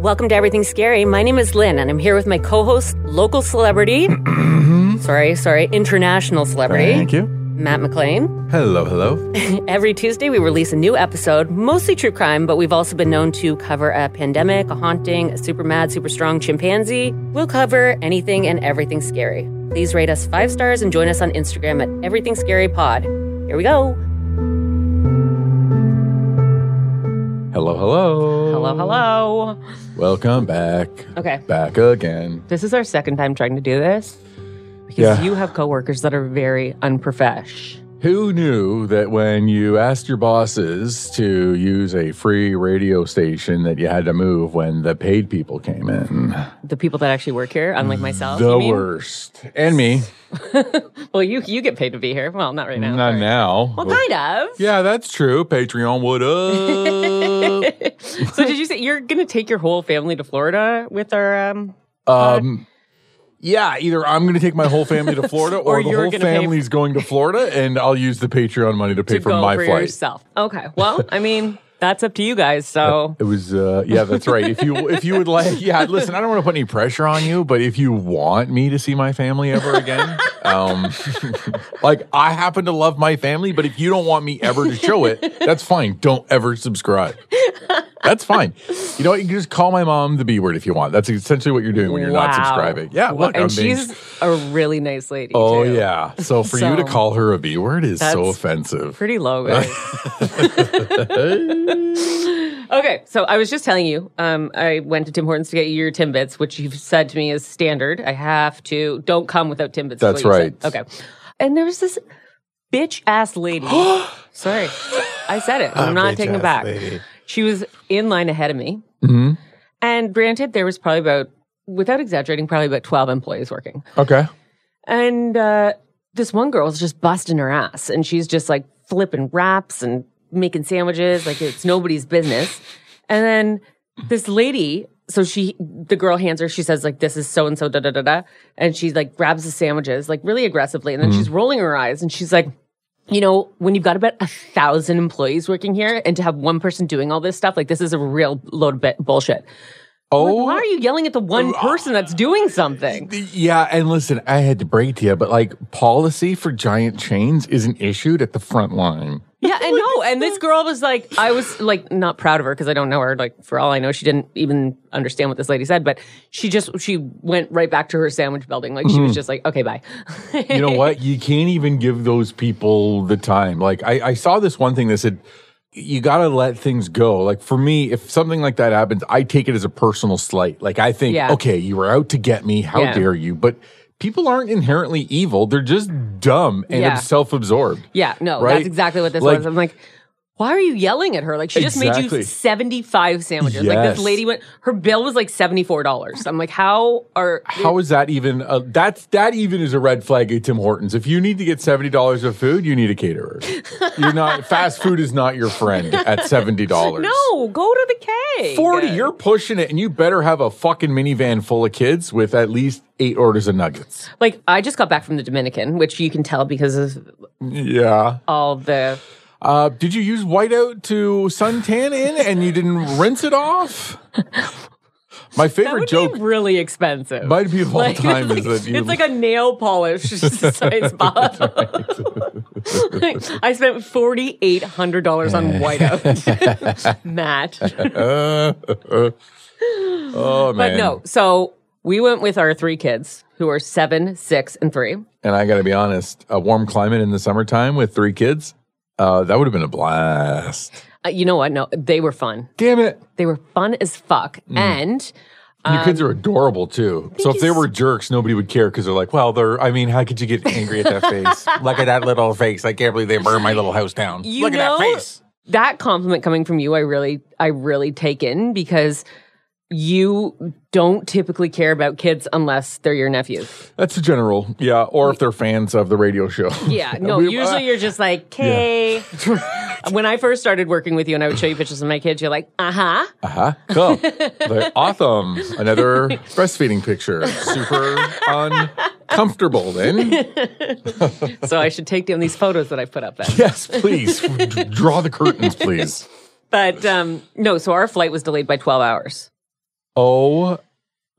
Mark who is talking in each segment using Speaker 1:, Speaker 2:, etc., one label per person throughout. Speaker 1: Welcome to Everything Scary. My name is Lynn, and I'm here with my co host, local celebrity, sorry, sorry, international celebrity,
Speaker 2: Mm-hmm. Thank you.
Speaker 1: Matt McLean.
Speaker 2: Hello, hello.
Speaker 1: Every Tuesday, we release a new episode, mostly true crime, but we've also been known to cover a pandemic, a haunting, a super mad, super strong chimpanzee. We'll cover anything and everything scary. Please rate us five stars and join us on Instagram at Everything Scary Pod. Here we go.
Speaker 2: Hello, hello.
Speaker 1: Hello, hello.
Speaker 2: Welcome back.
Speaker 1: Okay.
Speaker 2: Back again.
Speaker 1: This is our second time trying to do this because
Speaker 2: Yeah.
Speaker 1: you have coworkers that are very unprofesh.
Speaker 2: Who knew that when you asked your bosses to use a free radio station that you had to move when the paid people came in?
Speaker 1: The people that actually work here, unlike myself,
Speaker 2: the
Speaker 1: Oh, you mean?
Speaker 2: worst. And me.
Speaker 1: Well, you you get paid to be here. Well, not right now.
Speaker 2: Not
Speaker 1: Sorry.
Speaker 2: now.
Speaker 1: Well, kind of.
Speaker 2: Yeah, that's true. Patreon would up.
Speaker 1: so, did you say you're going to take your whole family to Florida with our? Um,
Speaker 2: Um, yeah, either I'm going to take my whole family to Florida, or,
Speaker 1: Or
Speaker 2: the
Speaker 1: you're
Speaker 2: whole
Speaker 1: gonna pay-
Speaker 2: family's going to Florida, and I'll use the Patreon money to pay
Speaker 1: to
Speaker 2: for
Speaker 1: go
Speaker 2: my
Speaker 1: for
Speaker 2: flight.
Speaker 1: yourself. Okay. Well, I mean, that's up to you guys. So,
Speaker 2: It was, uh, yeah, that's right. If you if you would like, yeah, listen, I don't want to put any pressure on you, but if you want me to see my family ever again, um, like I happen to love my family, but if you don't want me ever to show it, that's fine. Don't ever subscribe. That's fine. You know what? You can just call my mom the B word if you want. That's essentially what you're doing when you're
Speaker 1: wow.
Speaker 2: not subscribing. Yeah,
Speaker 1: Well,
Speaker 2: look,
Speaker 1: and
Speaker 2: I'm being
Speaker 1: she's a really nice lady.
Speaker 2: Oh
Speaker 1: too.
Speaker 2: yeah. So for you to
Speaker 1: So-
Speaker 2: call her a B word is so
Speaker 1: That's-
Speaker 2: offensive.
Speaker 1: Pretty low, guys. okay, so I was just telling you, um, I went to Tim Hortons to get you your Timbits, which you've said to me is standard. I have to. Don't come without Timbits. is
Speaker 2: That's
Speaker 1: what you said.
Speaker 2: right.
Speaker 1: Okay, and there was this bitch ass lady. Sorry, I said it. I'm not taking it back. She was in line ahead of me,
Speaker 2: hmm
Speaker 1: and granted, there was probably about, without exaggerating, probably about 12 employees working.
Speaker 2: Okay.
Speaker 1: And uh, this one girl's just busting her ass, and she's just like flipping wraps and making sandwiches, like it's nobody's business. And then this lady, so she, the girl hands her, she says like, "This is so and so da da da da," and she like grabs the sandwiches like really aggressively, and then
Speaker 2: Mm-hmm.
Speaker 1: she's rolling her eyes, and she's like. You know, when you've got about a thousand employees working here and to have one person doing all this stuff, like this is a real load of bu- bullshit. Like, why
Speaker 2: Oh
Speaker 1: are you yelling at the one person that's doing something?
Speaker 2: yeah, and listen, I had to break to you, but like policy for giant chains isn't issued at the front line.
Speaker 1: Yeah, and no, and this girl was like, I was like not proud of her because I don't know her. Like for all I know, she didn't even understand what this lady said, but she just she went right back to her sandwich building. Like she
Speaker 2: Mm-hmm.
Speaker 1: was just like, okay, bye.
Speaker 2: You know what? You can't even give those people the time. Like I, I saw this one thing that said you gotta let things go. Like for me, if something like that happens, I take it as a personal slight. Like I think,
Speaker 1: Yeah.
Speaker 2: okay, you were out to get me. How
Speaker 1: Yeah.
Speaker 2: dare you? But people aren't inherently evil. They're just dumb and
Speaker 1: Yeah.
Speaker 2: self-absorbed.
Speaker 1: yeah, no,
Speaker 2: Right?
Speaker 1: that's exactly what this
Speaker 2: Like-
Speaker 1: was. I'm like, why are you yelling at her? Like she just made you
Speaker 2: Exactly.
Speaker 1: 75 sandwiches. Like
Speaker 2: Yes.
Speaker 1: this lady went, her bill was like $74. I'm like, how are
Speaker 2: How is that even? Uh, that's that even is a red flag at Tim Hortons. If you need to get seventy dollars of food, you need a caterer. You're not fast food is not your friend at seventy dollars.
Speaker 1: no, go to the K.
Speaker 2: 40 you're pushing it and you better have a fucking minivan full of kids with at least eight orders of nuggets
Speaker 1: Like I just got back from the Dominican, which you can tell because of
Speaker 2: yeah
Speaker 1: all the
Speaker 2: uh, did you use whiteout to suntan in and you didn't rinse it off my
Speaker 1: That
Speaker 2: favorite
Speaker 1: would
Speaker 2: joke
Speaker 1: be really expensive.
Speaker 2: might be of all
Speaker 1: Like,
Speaker 2: time
Speaker 1: it's,
Speaker 2: is
Speaker 1: like,
Speaker 2: that you
Speaker 1: it's like a nail polish size bottle. I spent forty eight hundred dollars on whiteout, Matt.
Speaker 2: oh man
Speaker 1: But no, so we went with our three kids who are seven, six, and three.
Speaker 2: and i gotta be honest a warm climate in the summertime with three kids uh, that would have been a blast
Speaker 1: Uh, you know what? No, they were fun.
Speaker 2: damn it
Speaker 1: They were fun as fuck,
Speaker 2: Mm.
Speaker 1: and
Speaker 2: Your kids
Speaker 1: Um,
Speaker 2: are adorable too. So if they
Speaker 1: he's-
Speaker 2: were jerks, nobody would care because they're like, well, they're. I mean, how could you get angry at that face? Look at that little face. I can't believe they burned my little house down.
Speaker 1: You know- that compliment coming from you i really i really take in because you don't typically care about kids unless they're your nephews
Speaker 2: That's the general, yeah. Or if they're fans of the radio show,
Speaker 1: yeah no
Speaker 2: We-
Speaker 1: usually you're just like okay when i first started working with you and i would show you pictures of my kids you're like uh-huh
Speaker 2: uh huh. Cool, They're awesome. Another breastfeeding picture, super uncomfortable. Then
Speaker 1: so i should take down these photos that i put up then
Speaker 2: yes, please D- draw the curtains, please.
Speaker 1: but um no so our flight was delayed by 12 hours
Speaker 2: Oh,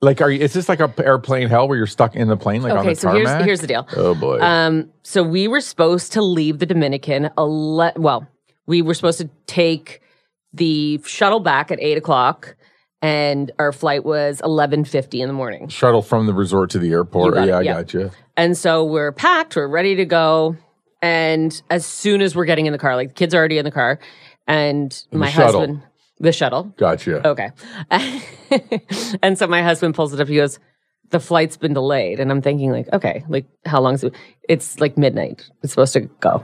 Speaker 2: like are you, is this like a p- airplane hell where you're stuck in the plane like on
Speaker 1: okay,
Speaker 2: the
Speaker 1: so
Speaker 2: tarmac?
Speaker 1: here's here's the deal.
Speaker 2: oh boy.
Speaker 1: Um, so we were supposed to leave the Dominican. Ele- well, we were supposed to take the shuttle back at eight o'clock, and our flight was eleven fifty in the morning.
Speaker 2: Shuttle from the resort to the airport.
Speaker 1: You got it,
Speaker 2: yeah, I
Speaker 1: yeah.
Speaker 2: got you.
Speaker 1: And so we're packed, we're ready to go. And as soon as we're getting in the car, like the kids are already in the car, and my
Speaker 2: shuttle.
Speaker 1: husband, the shuttle,
Speaker 2: Got you.
Speaker 1: Okay. and so my husband pulls it up. He goes, the flight's been delayed. And I'm thinking like, okay, like how long is it? It's like midnight. It's supposed to go.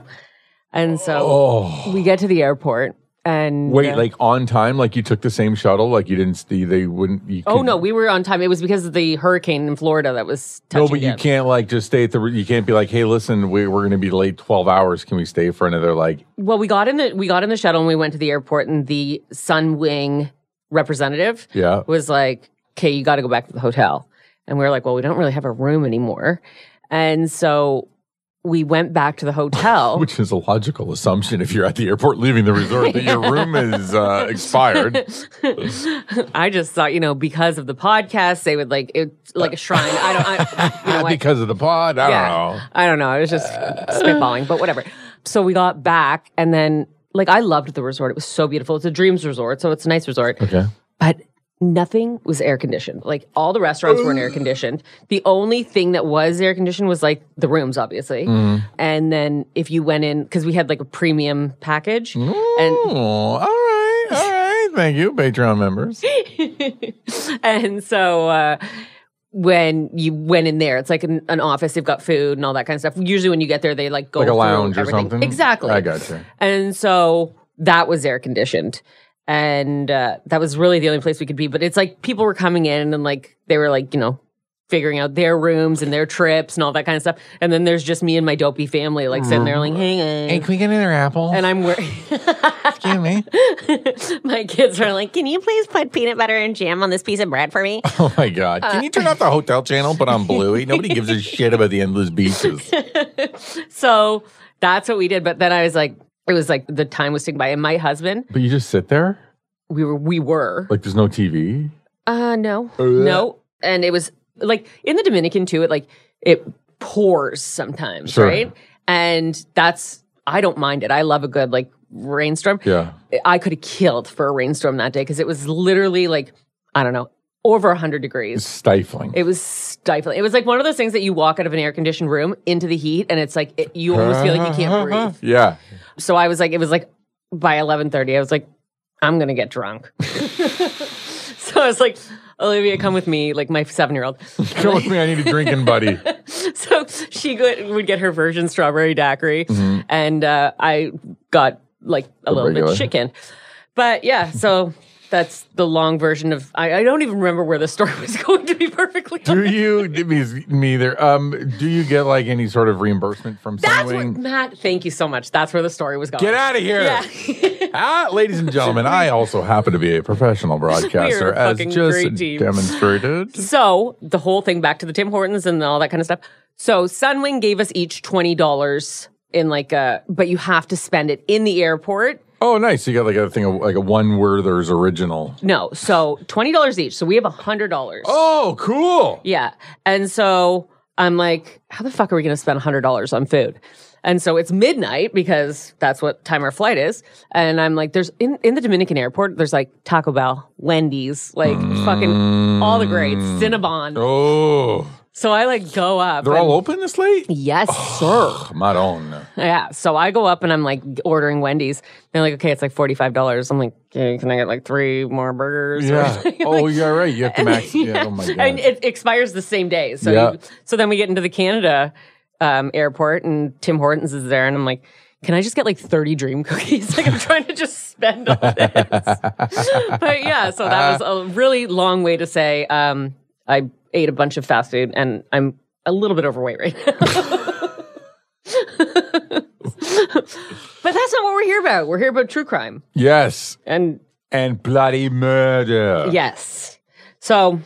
Speaker 1: And so
Speaker 2: Oh.
Speaker 1: we get to the airport and
Speaker 2: Wait,
Speaker 1: uh,
Speaker 2: like on time? Like you took the same shuttle? Like you didn't? They, they wouldn't. You
Speaker 1: Oh
Speaker 2: could-
Speaker 1: no, we were on time. It was because of the hurricane in Florida that was touching
Speaker 2: No, but you
Speaker 1: down.
Speaker 2: can't like just stay at the. You can't be like, hey, listen, we, we're going to be late twelve hours. Can we stay for another like?
Speaker 1: Well, we got in the we got in the shuttle and we went to the airport and the Sun Wing representative
Speaker 2: Yeah.
Speaker 1: was like, "Okay, you got to go back to the hotel." And we were like, "Well, we don't really have a room anymore." And so we went back to the hotel.
Speaker 2: Which is a logical assumption if you're at the airport leaving the resort that your room is uh, expired.
Speaker 1: I just thought, you know, because of the podcast, they would like it like a shrine. I don't I, you know, I,
Speaker 2: because of the pod, I don't know.
Speaker 1: I don't know. I was just spitballing, but whatever. So we got back and then like I loved the resort. It was so beautiful. It's a dreams resort, so it's a nice resort.
Speaker 2: Okay.
Speaker 1: but nothing was air conditioned. Like all the restaurants weren't air conditioned. The only thing that was air conditioned was like the rooms, obviously. And then if you went in, because we had like a premium package,
Speaker 2: Oh, all right, all right. Thank you, Patreon members.
Speaker 1: and and so. Uh, when you went in there, it's like an, an office. They've got food and all that kind of stuff. Usually, when you get there, they like go
Speaker 2: Like a
Speaker 1: through
Speaker 2: lounge or
Speaker 1: everything.
Speaker 2: something.
Speaker 1: Exactly.
Speaker 2: I gotcha.
Speaker 1: And so that was air conditioned. And uh, that was really the only place we could be. But it's like people were coming in and like they were like, you know, figuring out their rooms and their trips and all that kind of stuff. And then there's just me and my dopey family like sitting there
Speaker 2: Mm.
Speaker 1: like, hey,
Speaker 2: can we get another apple?
Speaker 1: and I'm worried.
Speaker 2: Excuse me.
Speaker 1: my kids are like, can you please put peanut butter and jam on this piece of bread for me?
Speaker 2: Oh my god! Can you turn off the hotel channel? But on Bluey, nobody gives a shit about the endless beaches.
Speaker 1: so that's what we did. But then I was like, it was like the time was ticking by. And my husband,
Speaker 2: But you just sit there
Speaker 1: we were, we were
Speaker 2: like Oh, there's no TV.
Speaker 1: Uh, no,
Speaker 2: Ugh.
Speaker 1: no. And it was like in the Dominican too. It like it pours sometimes,
Speaker 2: Sure.
Speaker 1: right? And that's I don't mind it. I love a good like rainstorm.
Speaker 2: Yeah.
Speaker 1: I could have killed for a rainstorm that day because it was literally like I don't know over hundred
Speaker 2: It's
Speaker 1: degrees.
Speaker 2: stifling.
Speaker 1: It was stifling. It was like one of those things that you walk out of an air conditioned room into the heat, and it's like it, you almost feel like you can't breathe.
Speaker 2: Yeah.
Speaker 1: So I was like, it was like by eleven thirty, I was like, I'm gonna get drunk. so I was like, Olivia, come with me, like my seven year old.
Speaker 2: Come with me. I need a drinking buddy.
Speaker 1: so she go- would get her virgin strawberry daiquiri, and uh, I got like a little
Speaker 2: regular.
Speaker 1: bit chicken. But yeah, so. That's the long version of. I, I don't even remember where the story was going to be perfectly.
Speaker 2: Do you? Me, me either. Um, do you get like any sort of reimbursement from
Speaker 1: That's where,
Speaker 2: Sunwing?
Speaker 1: Matt, thank you so much. That's where the story was going.
Speaker 2: Get out of here. ah, ladies and gentlemen, I also happen to be a professional broadcaster,
Speaker 1: a
Speaker 2: as
Speaker 1: fucking
Speaker 2: just
Speaker 1: great team.
Speaker 2: demonstrated.
Speaker 1: So the whole thing back to the Tim Hortons and all that kind of stuff. So Sunwing gave us each twenty dollars in like a, but you have to spend it in the airport.
Speaker 2: Oh, nice. You got like a thing of like a one Werther's original.
Speaker 1: No, so twenty dollars each. So we have hundred dollars.
Speaker 2: Oh, cool.
Speaker 1: Yeah, and so I'm like, how the fuck are we going to spend hundred dollars on food? And so it's midnight because that's what time our flight is. And I'm like, there's in, in the Dominican airport, there's like Taco Bell, Wendy's, like fucking all the greats, Cinnabon.
Speaker 2: Oh,
Speaker 1: So I like go up.
Speaker 2: Mm. they're
Speaker 1: and-
Speaker 2: all open this late?
Speaker 1: Yes, sir.
Speaker 2: Ugh, Madonna.
Speaker 1: Yeah. So I go up and I'm like ordering Wendy's. They're like, okay, it's like forty five dollars. I'm like, okay, can I get like three more burgers? or
Speaker 2: Yeah.
Speaker 1: something?
Speaker 2: Oh, you're right. You have to max. Yeah. Oh my god.
Speaker 1: And it expires the same day. So
Speaker 2: Yeah.
Speaker 1: you, so then we get into the Canada um, airport and Tim Hortons is there and I'm like, can I just get like thirty dream cookies? like I'm trying to just spend all this. but yeah, so that was a really long way to say um, I ate a bunch of fast food and I'm a little bit overweight right now. But that's not what we're here about. We're here about true crime.
Speaker 2: yes.
Speaker 1: And
Speaker 2: And bloody murder.
Speaker 1: yes. So,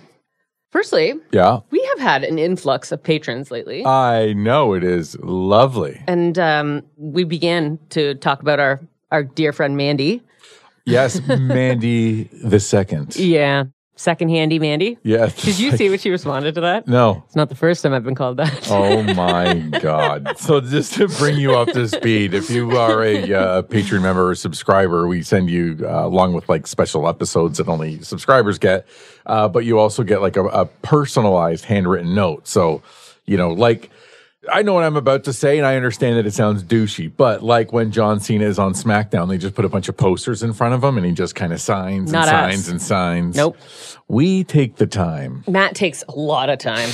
Speaker 1: firstly,
Speaker 2: Yeah.
Speaker 1: we have had an influx of patrons lately.
Speaker 2: I know it is lovely.
Speaker 1: and um, we began to talk about our, our dear friend Mandy.
Speaker 2: Yes, Mandy the second.
Speaker 1: Yeah. second handy Mandy.
Speaker 2: Yeah.
Speaker 1: Did you see what she responded to that?
Speaker 2: No.
Speaker 1: It's not the first time I've been called that.
Speaker 2: Oh my God. So, just to bring you up to speed, if you are a uh, Patreon member or subscriber, we send you, uh, along with like special episodes that only subscribers get, uh, but you also get like a, a personalized handwritten note. So, you know, like, I know what I'm about to say, and I understand that it sounds douchey, but like when John Cena is on SmackDown, they just put a bunch of posters in front of him and he just kind of signs
Speaker 1: Not
Speaker 2: and
Speaker 1: us.
Speaker 2: signs and signs.
Speaker 1: Nope.
Speaker 2: We take the time.
Speaker 1: Matt takes a lot of time.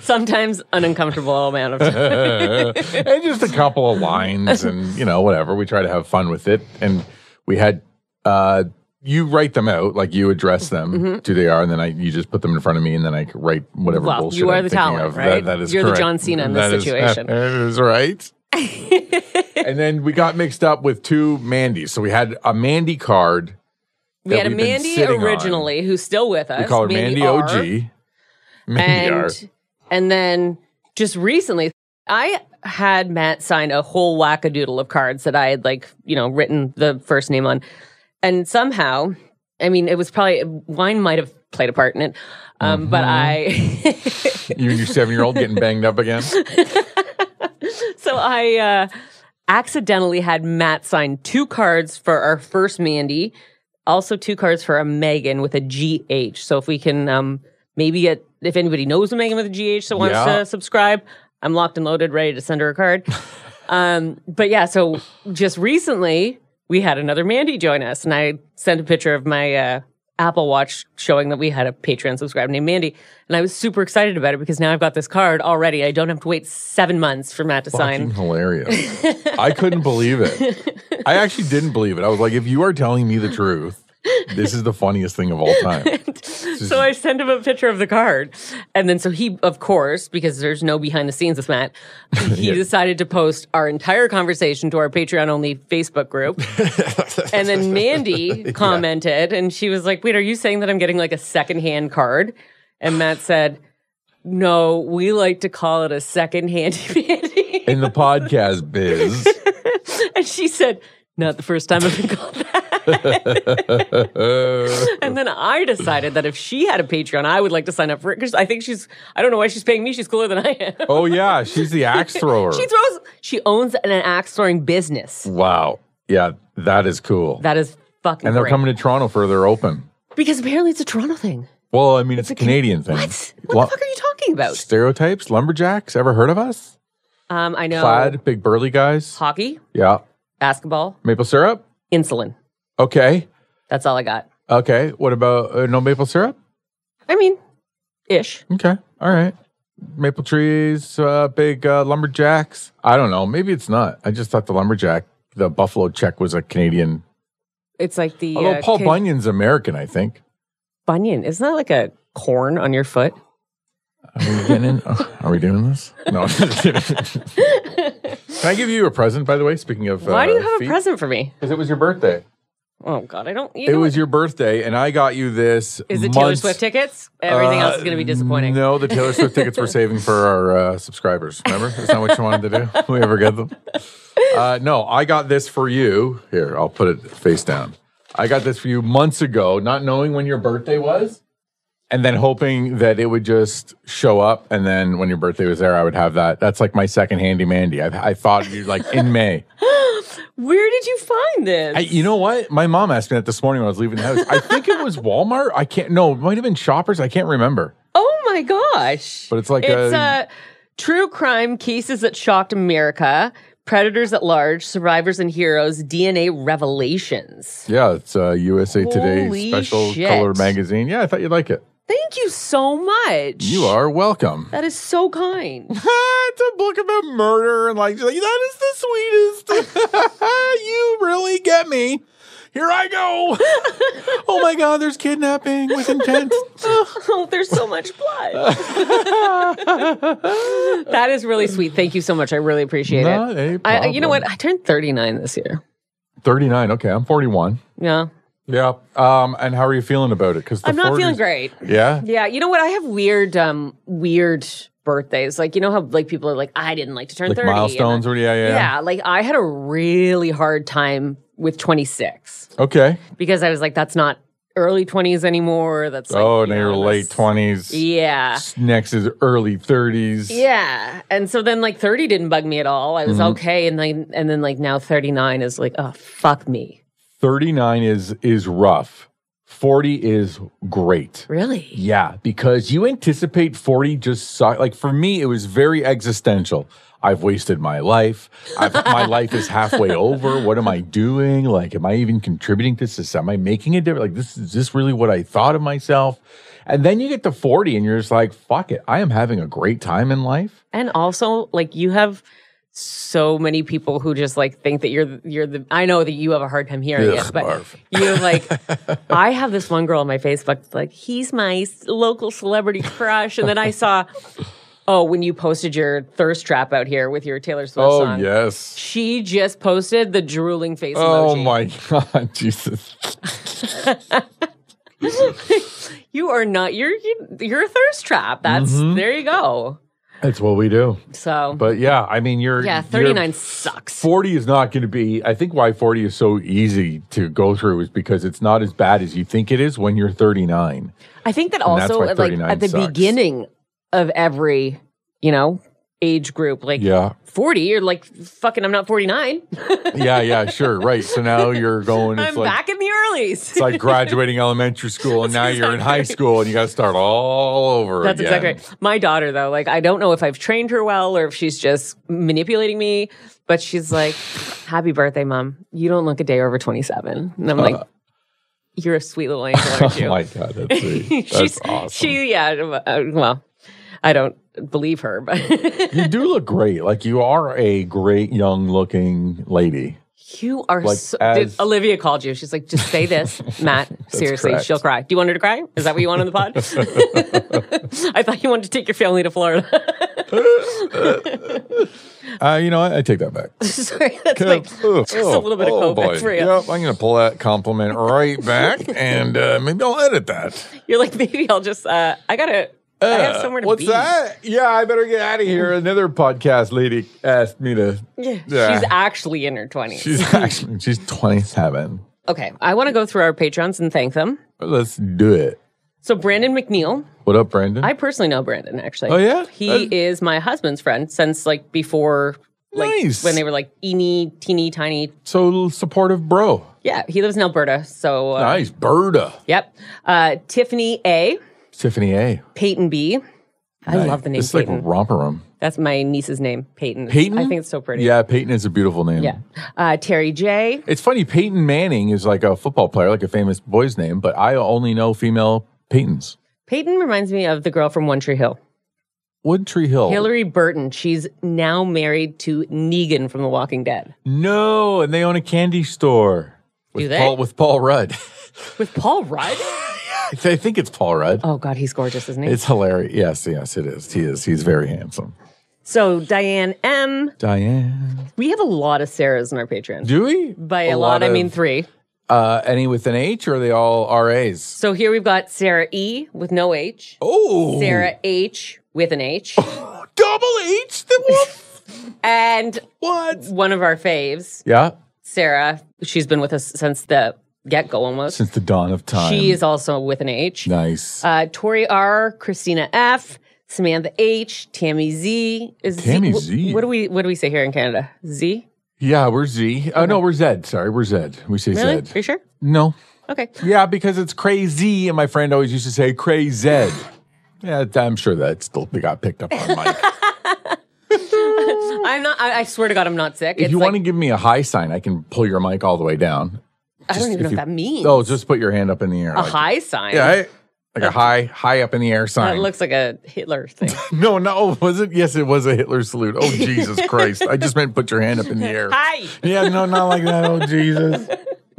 Speaker 1: Sometimes an uncomfortable amount of time.
Speaker 2: and just a couple of lines and you know whatever we try to have fun with it and we had uh you write them out like you address them
Speaker 1: Mm-hmm.
Speaker 2: who they are and then i you just put them in front of me and then i write whatever
Speaker 1: Well,
Speaker 2: bullshit
Speaker 1: you are
Speaker 2: I'm
Speaker 1: the
Speaker 2: thinking
Speaker 1: talent,
Speaker 2: of.
Speaker 1: right?
Speaker 2: That- that is
Speaker 1: You're the
Speaker 2: correct.
Speaker 1: John Cena in this
Speaker 2: That is-
Speaker 1: situation.
Speaker 2: that is right and then we got mixed up with two mandys so we had a mandy card
Speaker 1: We had a
Speaker 2: we've been
Speaker 1: Mandy
Speaker 2: sitting on.
Speaker 1: originally who's still with us.
Speaker 2: we call her mandy, og
Speaker 1: R.
Speaker 2: mandy R.
Speaker 1: and and then just recently i had matt sign a whole wackadoodle of cards that i had like you know written the first name on and somehow i mean it was probably wine might have played a part in it um, but i
Speaker 2: you and your seven year old getting banged up again
Speaker 1: so i uh, accidentally had matt sign two cards for our first mandy also two cards for a megan with a gh so if we can um, maybe get if anybody knows a megan with a gh that wants
Speaker 2: Yeah.
Speaker 1: to subscribe i'm locked and loaded ready to send her a card um, but yeah so just recently we had another mandy join us and i sent a picture of my uh, apple watch showing that we had a patreon subscriber named mandy and i was super excited about it because now i've got this card already i don't have to wait seven months for matt to sign
Speaker 2: Fucking hilarious. I couldn't believe it. I actually didn't believe it. I was like, if you are telling me the truth, this is the funniest thing of all time.
Speaker 1: so I sent him a picture of the card. And then so he, of course, because there's no behind the scenes with Matt, he
Speaker 2: Yeah.
Speaker 1: decided to post our entire conversation to our Patreon only Facebook group. and then Mandy commented and she was like, Wait, are you saying that I'm getting like a secondhand card? And Matt said, No, we like to call it a secondhand Mandy.
Speaker 2: In the podcast biz,
Speaker 1: and she said, Not the first time I've been called that.
Speaker 2: Uh,
Speaker 1: And then I decided that if she had a Patreon, I would like to sign up for it because I think she's, I don't know why she's paying me. She's cooler than I am.
Speaker 2: oh yeah, she's the axe thrower.
Speaker 1: She throws, she owns an axe throwing business.
Speaker 2: wow, yeah, that is cool.
Speaker 1: That is fucking
Speaker 2: and they're
Speaker 1: great.
Speaker 2: coming to Toronto for their open.
Speaker 1: because apparently it's a Toronto thing.
Speaker 2: Well, I mean, it's, a Canadian thing.
Speaker 1: What? What
Speaker 2: Lu-
Speaker 1: the fuck are you talking about?
Speaker 2: Stereotypes, lumberjacks. Ever heard of us?
Speaker 1: Um, I know
Speaker 2: Plaid, big burly guys.
Speaker 1: hockey,
Speaker 2: Yeah,
Speaker 1: basketball,
Speaker 2: maple syrup.
Speaker 1: insulin.
Speaker 2: Okay,
Speaker 1: That's all I got.
Speaker 2: okay. What about uh, no maple syrup?
Speaker 1: I mean, ish.
Speaker 2: Okay. All right. Maple trees, uh, big uh, lumberjacks. I don't know. Maybe it's not. I just thought the lumberjack, the buffalo check was a Canadian.
Speaker 1: It's like the
Speaker 2: Although
Speaker 1: uh,
Speaker 2: Paul
Speaker 1: kid-
Speaker 2: Bunyan's American, I think.
Speaker 1: Bunyan. Isn't that like a corn on your foot?
Speaker 2: Are we getting in? Are we doing this? No. Can I give you a present, by the way? Speaking of. uh,
Speaker 1: Why do you have a present for me?
Speaker 2: Because it was your birthday.
Speaker 1: Oh God, I don't. You
Speaker 2: It
Speaker 1: know
Speaker 2: was your birthday, and I got you this.
Speaker 1: Is it Taylor
Speaker 2: months-
Speaker 1: Swift tickets? Everything else is
Speaker 2: Uh,
Speaker 1: going to be disappointing.
Speaker 2: No, the Taylor Swift tickets we're saving for our uh, subscribers. Remember, that's not what you wanted to do. We ever get them? Uh, no, I got this for you. Here, I'll put it face down. I got this for you months ago, not knowing when your birthday was, and then hoping that it would just show up. And then when your birthday was there, I would have that. That's like my second handy mandy. I, I thought you like in May.
Speaker 1: Where did you find this?
Speaker 2: I, you know what? My mom asked me that this morning when I was leaving the house. I think it was Walmart. I can't. No, it might have been Shoppers. I can't remember.
Speaker 1: oh my gosh!
Speaker 2: But it's like
Speaker 1: it's
Speaker 2: a-
Speaker 1: uh, true crime cases that shocked America, predators at large, survivors and heroes, DNA revelations.
Speaker 2: Yeah, it's uh, USA Today
Speaker 1: Holy
Speaker 2: special
Speaker 1: shit.
Speaker 2: color magazine. Yeah, I thought you'd like it.
Speaker 1: Thank you so much.
Speaker 2: You are welcome.
Speaker 1: That is so kind.
Speaker 2: it's a book about murder and like, like, that is the sweetest. you really get me. Here I go. oh my God, there's kidnapping with intent.
Speaker 1: oh, there's so much blood. that is really sweet. Thank you so much. I really appreciate
Speaker 2: Not
Speaker 1: it.
Speaker 2: a
Speaker 1: I, I- you know
Speaker 2: problem.
Speaker 1: what? I turned 39 this year.
Speaker 2: 39. Okay, I'm 41.
Speaker 1: Yeah,
Speaker 2: Yeah. Um, and how are you feeling about it? Because
Speaker 1: I'm not feeling great.
Speaker 2: Yeah.
Speaker 1: Yeah, you know what? I have weird, um, weird birthdays. Like you know how like people are like, I didn't like to turn
Speaker 2: Like
Speaker 1: thirty. and
Speaker 2: milestones
Speaker 1: I-
Speaker 2: or yeah, yeah.
Speaker 1: yeah, like I had a really hard time with twenty six
Speaker 2: Okay.
Speaker 1: because I was like, that's not early 20s anymore. That's like,
Speaker 2: oh,
Speaker 1: you
Speaker 2: now
Speaker 1: know,
Speaker 2: you're late
Speaker 1: that's-
Speaker 2: twenties.
Speaker 1: Yeah.
Speaker 2: Next is early thirties.
Speaker 1: Yeah. And so then like 30 didn't bug me at all. I was
Speaker 2: Mm-hmm.
Speaker 1: okay. And then and then like now 39 is like, oh fuck me.
Speaker 2: Thirty nine is is rough. Forty is great.
Speaker 1: Really?
Speaker 2: Yeah, because you anticipate 40 just suck. Like for me, it was very existential. I've wasted my life. I've, my life is halfway over. What am I doing? Like, am I even contributing to society? Am I making a difference? Like, this is this really what I thought of myself? And then you get to 40 and you're just like, fuck it. I am having a great time in life.
Speaker 1: And also like you have so many people who just like think that you're you're the I know that you have a hard time hearing
Speaker 2: Ugh,
Speaker 1: it, but
Speaker 2: barf.
Speaker 1: you're like I have this one girl on my Facebook that's like he's my s- local celebrity crush, and then I saw oh when you posted your thirst trap out here with your Taylor Swift
Speaker 2: Oh,
Speaker 1: song,
Speaker 2: yes.
Speaker 1: she just posted the drooling face
Speaker 2: Oh
Speaker 1: emoji.
Speaker 2: my God, Jesus.
Speaker 1: You are not. You're you, you're a thirst trap. That's there. You go.
Speaker 2: That's what we do.
Speaker 1: So
Speaker 2: Mm-hmm. But yeah, I mean, you're.
Speaker 1: yeah,
Speaker 2: you're-
Speaker 1: thirty nine sucks.
Speaker 2: 40 is not going to be i think why 40 is so easy to go through is because it's not as bad as you think it is when you're 39
Speaker 1: I think that
Speaker 2: that's
Speaker 1: also
Speaker 2: why
Speaker 1: like
Speaker 2: 39
Speaker 1: at the
Speaker 2: sucks.
Speaker 1: beginning of every you know age group, like
Speaker 2: yeah
Speaker 1: forty, you're like fucking. I'm not forty nine.
Speaker 2: yeah yeah sure right so now you're going it's
Speaker 1: I'm
Speaker 2: like
Speaker 1: back in the earlies.
Speaker 2: it's like graduating elementary school and now you're in high school and you got to start all over
Speaker 1: That's
Speaker 2: again.
Speaker 1: exactly right. My daughter, though, like I don't know if I've trained her well or if she's just manipulating me, but she's like, "Happy birthday, mom! You don't look a day over 27." And I'm like,
Speaker 2: Uh.
Speaker 1: "You're a sweet little angel, aren't
Speaker 2: oh
Speaker 1: you?"
Speaker 2: my god that's sweet. that's
Speaker 1: she's
Speaker 2: awesome
Speaker 1: she yeah. uh, Well, I don't believe her, but
Speaker 2: you do look great like you are a great young looking lady
Speaker 1: you are.
Speaker 2: Like,
Speaker 1: so,
Speaker 2: as-
Speaker 1: dude, Olivia called you. She's like, "Just say this, Matt. Seriously,
Speaker 2: correct.
Speaker 1: she'll cry." Do you want her to cry? Is that what you want on the pod? I thought you wanted to take your family to Florida.
Speaker 2: uh, you know what? i take that back
Speaker 1: Sorry, that's like just
Speaker 2: Oh,
Speaker 1: a little bit
Speaker 2: oh,
Speaker 1: of COVID
Speaker 2: boy.
Speaker 1: for you.
Speaker 2: Yep, I'm going to pull that compliment right back, and uh, maybe I'll edit that.
Speaker 1: You're like, maybe I'll just, uh, I gotta, I have
Speaker 2: Uh,
Speaker 1: somewhere to
Speaker 2: what's
Speaker 1: be. Mm-hmm.
Speaker 2: that? Yeah, I better get out of here. Another podcast lady asked me to.
Speaker 1: Yeah.
Speaker 2: Yeah.
Speaker 1: She's actually in her 20s.
Speaker 2: She's actually she's 27.
Speaker 1: okay, I wanna go through our patrons and thank them.
Speaker 2: Let's do it.
Speaker 1: So, Brandon McNeil,
Speaker 2: What up, Brandon?
Speaker 1: I personally know Brandon actually.
Speaker 2: Oh, yeah?
Speaker 1: He
Speaker 2: That's-
Speaker 1: is my husband's friend since like before, like
Speaker 2: Nice.
Speaker 1: when they were like eeny, teeny, tiny.
Speaker 2: so supportive, bro.
Speaker 1: Yeah, he lives in Alberta. So, uh,
Speaker 2: Nice, Berta,
Speaker 1: yep. Uh, Tiffany A,
Speaker 2: Tiffany A.
Speaker 1: Peyton B. I love the name
Speaker 2: It's like
Speaker 1: Peyton.
Speaker 2: romperum.
Speaker 1: That's my niece's name, Peyton.
Speaker 2: Peyton.
Speaker 1: I think it's so pretty.
Speaker 2: Yeah, Peyton is a beautiful name.
Speaker 1: Yeah. Uh, Terry J.
Speaker 2: It's funny. Peyton Manning is like a football player, like a famous boy's name, but I only know female Peytons.
Speaker 1: Peyton reminds me of the girl from One Tree Hill,
Speaker 2: Wood Tree Hill.
Speaker 1: Hillary Burton. She's now married to Negan from The Walking Dead.
Speaker 2: No, and they own a candy store. With
Speaker 1: Do they?
Speaker 2: Paul, with Paul Rudd.
Speaker 1: With Paul Rudd?
Speaker 2: I think it's Paul Rudd.
Speaker 1: Oh, God, he's gorgeous, isn't he?
Speaker 2: It's hilarious. Yes, yes, it is. He is. He's very handsome.
Speaker 1: so, Diane M.
Speaker 2: Diane.
Speaker 1: We have a lot of Sarahs in our Patreon.
Speaker 2: Do we?
Speaker 1: By a, lot, I mean three.
Speaker 2: uh, any with an H or are they all RAs?
Speaker 1: So here we've got Sarah E with no H,
Speaker 2: Oh,
Speaker 1: Sarah H with an H,
Speaker 2: double H. The wolf.
Speaker 1: and
Speaker 2: what?
Speaker 1: one of our faves,
Speaker 2: Yeah,
Speaker 1: Sarah. She's been with us since the get go almost.
Speaker 2: since the dawn of time.
Speaker 1: She is also with an H.
Speaker 2: nice.
Speaker 1: Uh, Tori R, Christina F, Samantha H, Tammy Z. Is
Speaker 2: Tammy
Speaker 1: wh-
Speaker 2: Z.
Speaker 1: What do we what do we say here in Canada? Z.
Speaker 2: yeah, we're Z. Oh no, we're Zed. Sorry, we're Zed. We say
Speaker 1: Really?
Speaker 2: Zed.
Speaker 1: Are you sure?
Speaker 2: No.
Speaker 1: Okay.
Speaker 2: Yeah, because it's crazy, and my friend always used to say crazy. yeah, I'm sure that still got picked up on mic.
Speaker 1: I'm not. I, I swear to God, I'm not sick.
Speaker 2: if you want to give me a high sign, I can pull your mic all the way down.
Speaker 1: I don't even know
Speaker 2: if
Speaker 1: what
Speaker 2: you-
Speaker 1: that means.
Speaker 2: Oh, just put your hand up in the air.
Speaker 1: a
Speaker 2: like,
Speaker 1: high sign.
Speaker 2: yeah, I- like a high, high up in the air
Speaker 1: That
Speaker 2: sign.
Speaker 1: looks like a Hitler thing.
Speaker 2: no, no, was it? Yes, it was a Hitler salute. Oh Jesus Christ! I just meant put your hand up in the air.
Speaker 1: Hi.
Speaker 2: Yeah, no, not like that. Oh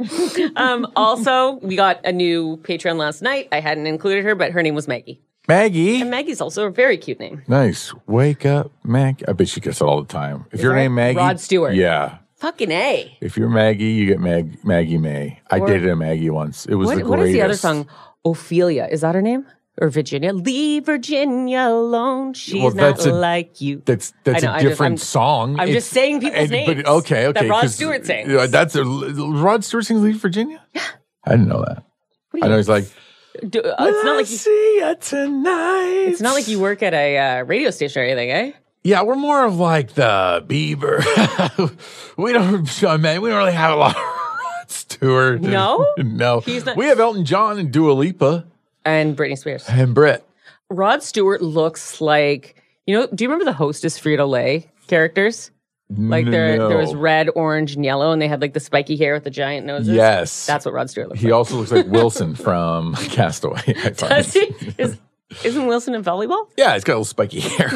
Speaker 2: Jesus.
Speaker 1: Um, also, we got a new patron last night. I hadn't included her, but her name was Maggie.
Speaker 2: Maggie.
Speaker 1: Maggie's also a very cute name.
Speaker 2: Nice. Wake up, Mag. I bet she gets it all the time. If your
Speaker 1: that
Speaker 2: name Maggie,
Speaker 1: Rod Stewart?
Speaker 2: Yeah.
Speaker 1: Fucking a.
Speaker 2: If you're Maggie, you get Mag- Maggie May. I dated a Maggie once. It was
Speaker 1: What,
Speaker 2: the greatest.
Speaker 1: what is the other song? Ophelia. Is that her name? Or Virginia? Leave Virginia alone. She's
Speaker 2: Well,
Speaker 1: not
Speaker 2: that's a-
Speaker 1: like you.
Speaker 2: That's that's
Speaker 1: I know, I
Speaker 2: a
Speaker 1: just-
Speaker 2: different
Speaker 1: I'm-
Speaker 2: song.
Speaker 1: I'm just saying people's
Speaker 2: and-
Speaker 1: names
Speaker 2: okay,
Speaker 1: that
Speaker 2: okay.
Speaker 1: Rod
Speaker 2: 'cause,
Speaker 1: Stewart sings.
Speaker 2: uh, That's a Rod Stewart sings Leave Virginia. Yeah, I didn't know that.
Speaker 1: What do
Speaker 2: I
Speaker 1: you
Speaker 2: know he's like,
Speaker 1: do? uh, it's not like you,
Speaker 2: see you tonight.
Speaker 1: it's not like you work at a uh, radio station or anything, eh?
Speaker 2: Yeah, we're more of like the Bieber. we don't, I mean, we don't really have a lot of Rod Stewart.
Speaker 1: No?
Speaker 2: no.
Speaker 1: He's not-
Speaker 2: we have Elton John and Dua Lipa
Speaker 1: And Britney Spears.
Speaker 2: and Brit.
Speaker 1: Rod Stewart looks like you know. Do you remember the hostess Frito Lay characters? Like there, there was red, orange, and yellow, and they had like the spiky hair with the giant noses.
Speaker 2: Yes.
Speaker 1: that's what Rod Stewart looks
Speaker 2: he
Speaker 1: like.
Speaker 2: also looks like Wilson from Castaway. I find.
Speaker 1: Does he? Is, isn't Wilson in volleyball?
Speaker 2: Yeah, he's got a little spiky hair.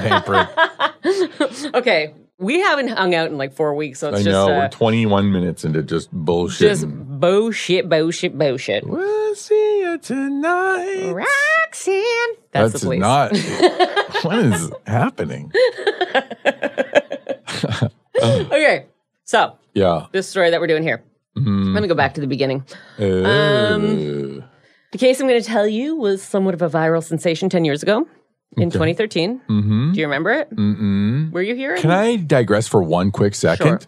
Speaker 2: hand prick.
Speaker 1: Okay, we haven't hung out in like four weeks, so it's
Speaker 2: I
Speaker 1: just
Speaker 2: know. we're
Speaker 1: uh,
Speaker 2: 21 minutes into just bullshit.
Speaker 1: just bullshit, bullshit, bullshit.
Speaker 2: we'll see you tonight.
Speaker 1: Roxanne, that's, the police.
Speaker 2: not. what is happening?
Speaker 1: okay, so
Speaker 2: Yeah. Mm.
Speaker 1: this story that we're doing here. Let me go back to the beginning.
Speaker 2: Um,
Speaker 1: The case I'm going to tell you was somewhat of a viral sensation 10 years ago in 2013. Mm-hmm. Do you remember it? Mm-mm. Were you here?
Speaker 2: Mm. Mm-hmm. Can I digress for one quick second?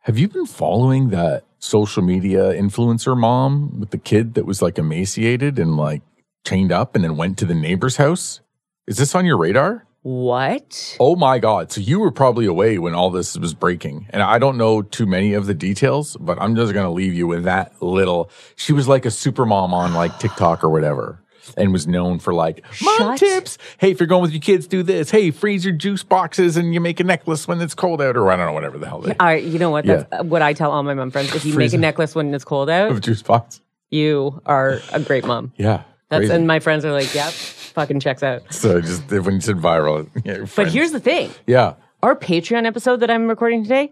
Speaker 2: Have you been following that social media influencer mom with the kid that was like emaciated and like chained up and then went to the neighbor's house? Is this on your radar?
Speaker 1: what?
Speaker 2: Oh my God. So you were probably away when all this was breaking. And I don't know too many of the details, but I'm just going to leave you with that little. She was like a super mom on like TikTok or whatever and was known for like mom
Speaker 1: Shut-
Speaker 2: tips. Hey, if you're going with your kids, do this. Hey, freeze your juice boxes and you make a necklace when it's cold out or I don't know, whatever the hell they
Speaker 1: All right, you know what? That's what I tell all my mom friends. If you make a
Speaker 2: Oh. Freezing.
Speaker 1: necklace when it's cold out,
Speaker 2: have juice box.
Speaker 1: you are a great mom.
Speaker 2: Yeah.
Speaker 1: That's
Speaker 2: crazy.
Speaker 1: and my friends are like, "Yep, fucking checks out."
Speaker 2: so just when you said viral. Yeah, your
Speaker 1: But
Speaker 2: friends-
Speaker 1: here's the thing:
Speaker 2: yeah.
Speaker 1: our Patreon episode that I'm recording today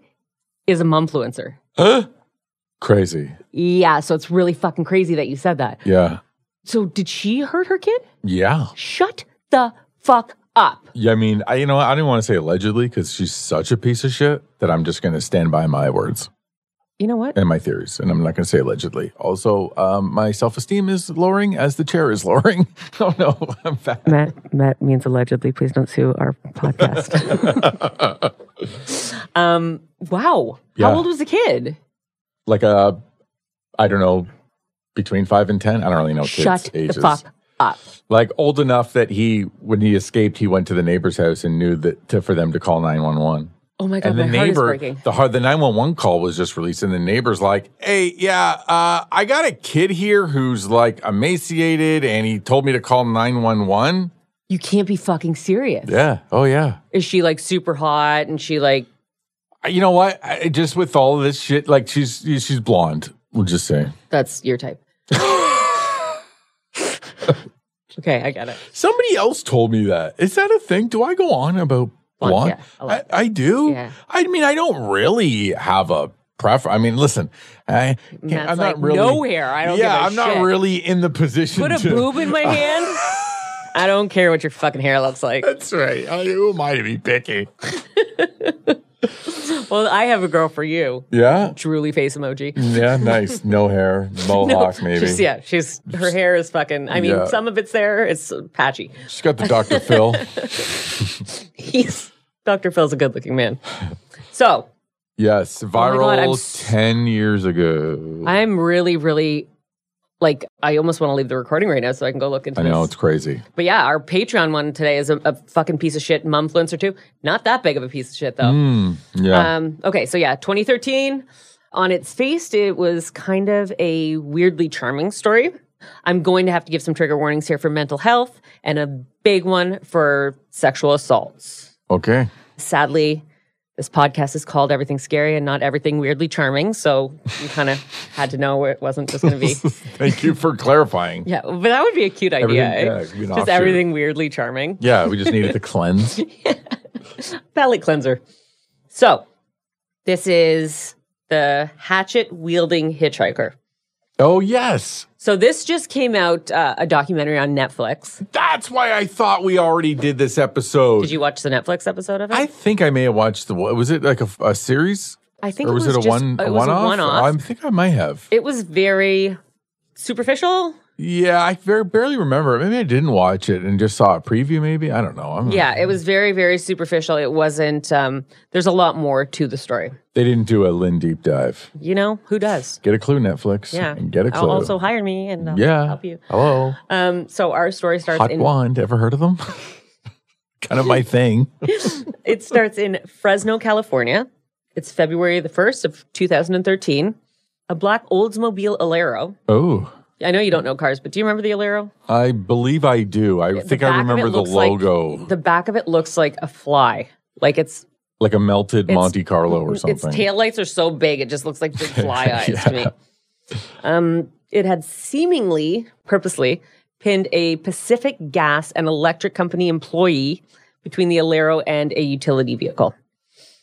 Speaker 1: is a mumfluencer.
Speaker 2: Crazy.
Speaker 1: Yeah, so it's really fucking crazy that you said that.
Speaker 2: Yeah.
Speaker 1: So did she hurt her kid?
Speaker 2: Yeah.
Speaker 1: Shut the fuck up.
Speaker 2: Yeah, I mean, I, you know, I didn't want to say allegedly because she's such a piece of shit that I'm just going to stand by my words
Speaker 1: You know what?
Speaker 2: and my theories, and I'm not going to say allegedly. Also, um, my self esteem is lowering as the chair is lowering. oh no, I'm fat.
Speaker 1: Matt, Matt means allegedly. Please don't sue our podcast. um, wow.
Speaker 2: Yeah.
Speaker 1: How old was the kid?
Speaker 2: Like a, I don't know, between five and ten. I don't really know kids'
Speaker 1: Shut
Speaker 2: ages.
Speaker 1: the fuck up.
Speaker 2: Like old enough that he, when he escaped, he went to the neighbor's house and knew that to, for them to call nine one one.
Speaker 1: Oh my god,
Speaker 2: and
Speaker 1: my
Speaker 2: the
Speaker 1: heart is
Speaker 2: neighbor,
Speaker 1: breaking.
Speaker 2: the hard, the nine one one call was just released, and the neighbor's like, "Hey, yeah, uh, I got a kid here who's like emaciated, and he told me to call nine one one."
Speaker 1: You can't be fucking serious.
Speaker 2: Yeah. Oh yeah.
Speaker 1: Is she like super hot and she like
Speaker 2: You know what? I, just with all of this shit, like she's she's blonde. We'll just say
Speaker 1: that's your type? okay, I got it.
Speaker 2: somebody else told me that. Is that a thing? Do I go on about blonde?
Speaker 1: Blonde, yeah, a lot.
Speaker 2: I, I do.
Speaker 1: Yeah.
Speaker 2: I mean, I don't really have a preference. I mean, listen, I, can't-
Speaker 1: Matt's
Speaker 2: I'm
Speaker 1: like,
Speaker 2: not really
Speaker 1: "No hair. I don't
Speaker 2: Yeah,
Speaker 1: give a
Speaker 2: I'm not
Speaker 1: shit."
Speaker 2: really in the position.
Speaker 1: Put a
Speaker 2: to,
Speaker 1: boob in my hand. I don't care what your fucking hair looks like.
Speaker 2: That's right. I, who am I to be picky?
Speaker 1: Well, I have a girl for you.
Speaker 2: Yeah.
Speaker 1: Drooly face emoji.
Speaker 2: Yeah, nice. No hair, mohawk, maybe.
Speaker 1: She's, yeah, she's her hair is fucking. I mean,
Speaker 2: Yeah.
Speaker 1: some of it's there. It's patchy.
Speaker 2: She's got the Dr. Phil.
Speaker 1: He's Dr. Phil's a good-looking man. So
Speaker 2: Yes,
Speaker 1: Oh my
Speaker 2: viral
Speaker 1: God, I'm s-
Speaker 2: 10 years ago.
Speaker 1: I'm really, really like I almost want to leave the recording right now so I can go look into
Speaker 2: I know,
Speaker 1: this.
Speaker 2: it's crazy.
Speaker 1: But yeah, our Patreon one today is a, a fucking piece of shit mumfluencer too. Not that big of a piece of shit though.
Speaker 2: Hmm, Yeah.
Speaker 1: Um, okay, so yeah, 2013. On its face, it was kind of a weirdly charming story. I'm going to have to give some trigger warnings here for mental health and a big one for sexual assaults.
Speaker 2: okay.
Speaker 1: Sadly, this podcast is called Everything Scary and Not Everything Weirdly Charming, so you kind of had to know it wasn't just going to be.
Speaker 2: Thank you for clarifying.
Speaker 1: Yeah, but that would be a cute idea.
Speaker 2: Everything-
Speaker 1: eh?
Speaker 2: yeah, it could be an
Speaker 1: just
Speaker 2: offshoot.
Speaker 1: everything weirdly charming.
Speaker 2: Yeah, we just needed to cleanse.
Speaker 1: palate cleanser. So, this is the hatchet wielding hitchhiker.
Speaker 2: Oh, yes.
Speaker 1: So, this just came out uh, a documentary on Netflix.
Speaker 2: That's why I thought we already did this episode.
Speaker 1: Did you watch the Netflix episode of it?
Speaker 2: I think I may have watched the was it like a, a series
Speaker 1: I think
Speaker 2: or was it, a
Speaker 1: just-
Speaker 2: one
Speaker 1: it was
Speaker 2: one
Speaker 1: a
Speaker 2: off?
Speaker 1: one-off.
Speaker 2: I think I might have.
Speaker 1: It was very superficial.
Speaker 2: Yeah, I very barely remember. it. Maybe I didn't watch it and just saw a preview. Maybe I don't know. I'm,
Speaker 1: Yeah, it was very, very superficial. It wasn't, um, there's a lot more to the story.
Speaker 2: they didn't do a Lynn deep dive.
Speaker 1: You know, who does?
Speaker 2: Get a clue, Netflix.
Speaker 1: Yeah.
Speaker 2: and get a
Speaker 1: Al-
Speaker 2: clue.
Speaker 1: Also, hire me and I'll
Speaker 2: yeah,
Speaker 1: help you.
Speaker 2: Hello,
Speaker 1: Um, so our story starts
Speaker 2: hot
Speaker 1: in
Speaker 2: blonde. Ever heard of them? kind of my thing.
Speaker 1: it starts in Fresno, California. It's February the 1st of 2013. A black Oldsmobile Alero.
Speaker 2: Oh,
Speaker 1: I know you don't know cars, but do you remember the Alero?
Speaker 2: I believe I do. I
Speaker 1: The
Speaker 2: think
Speaker 1: back
Speaker 2: I
Speaker 1: of
Speaker 2: remember
Speaker 1: it
Speaker 2: the
Speaker 1: looks like-
Speaker 2: logo, like,
Speaker 1: the back of it looks like a fly. Like it's
Speaker 2: a melted
Speaker 1: It's-
Speaker 2: Monte Carlo or
Speaker 1: its
Speaker 2: something.
Speaker 1: taillights are so big it just looks like big fly eyes to me. Um, it had seemingly purposely pinned a Pacific Gas and Electric Company employee between the Alero and a utility vehicle.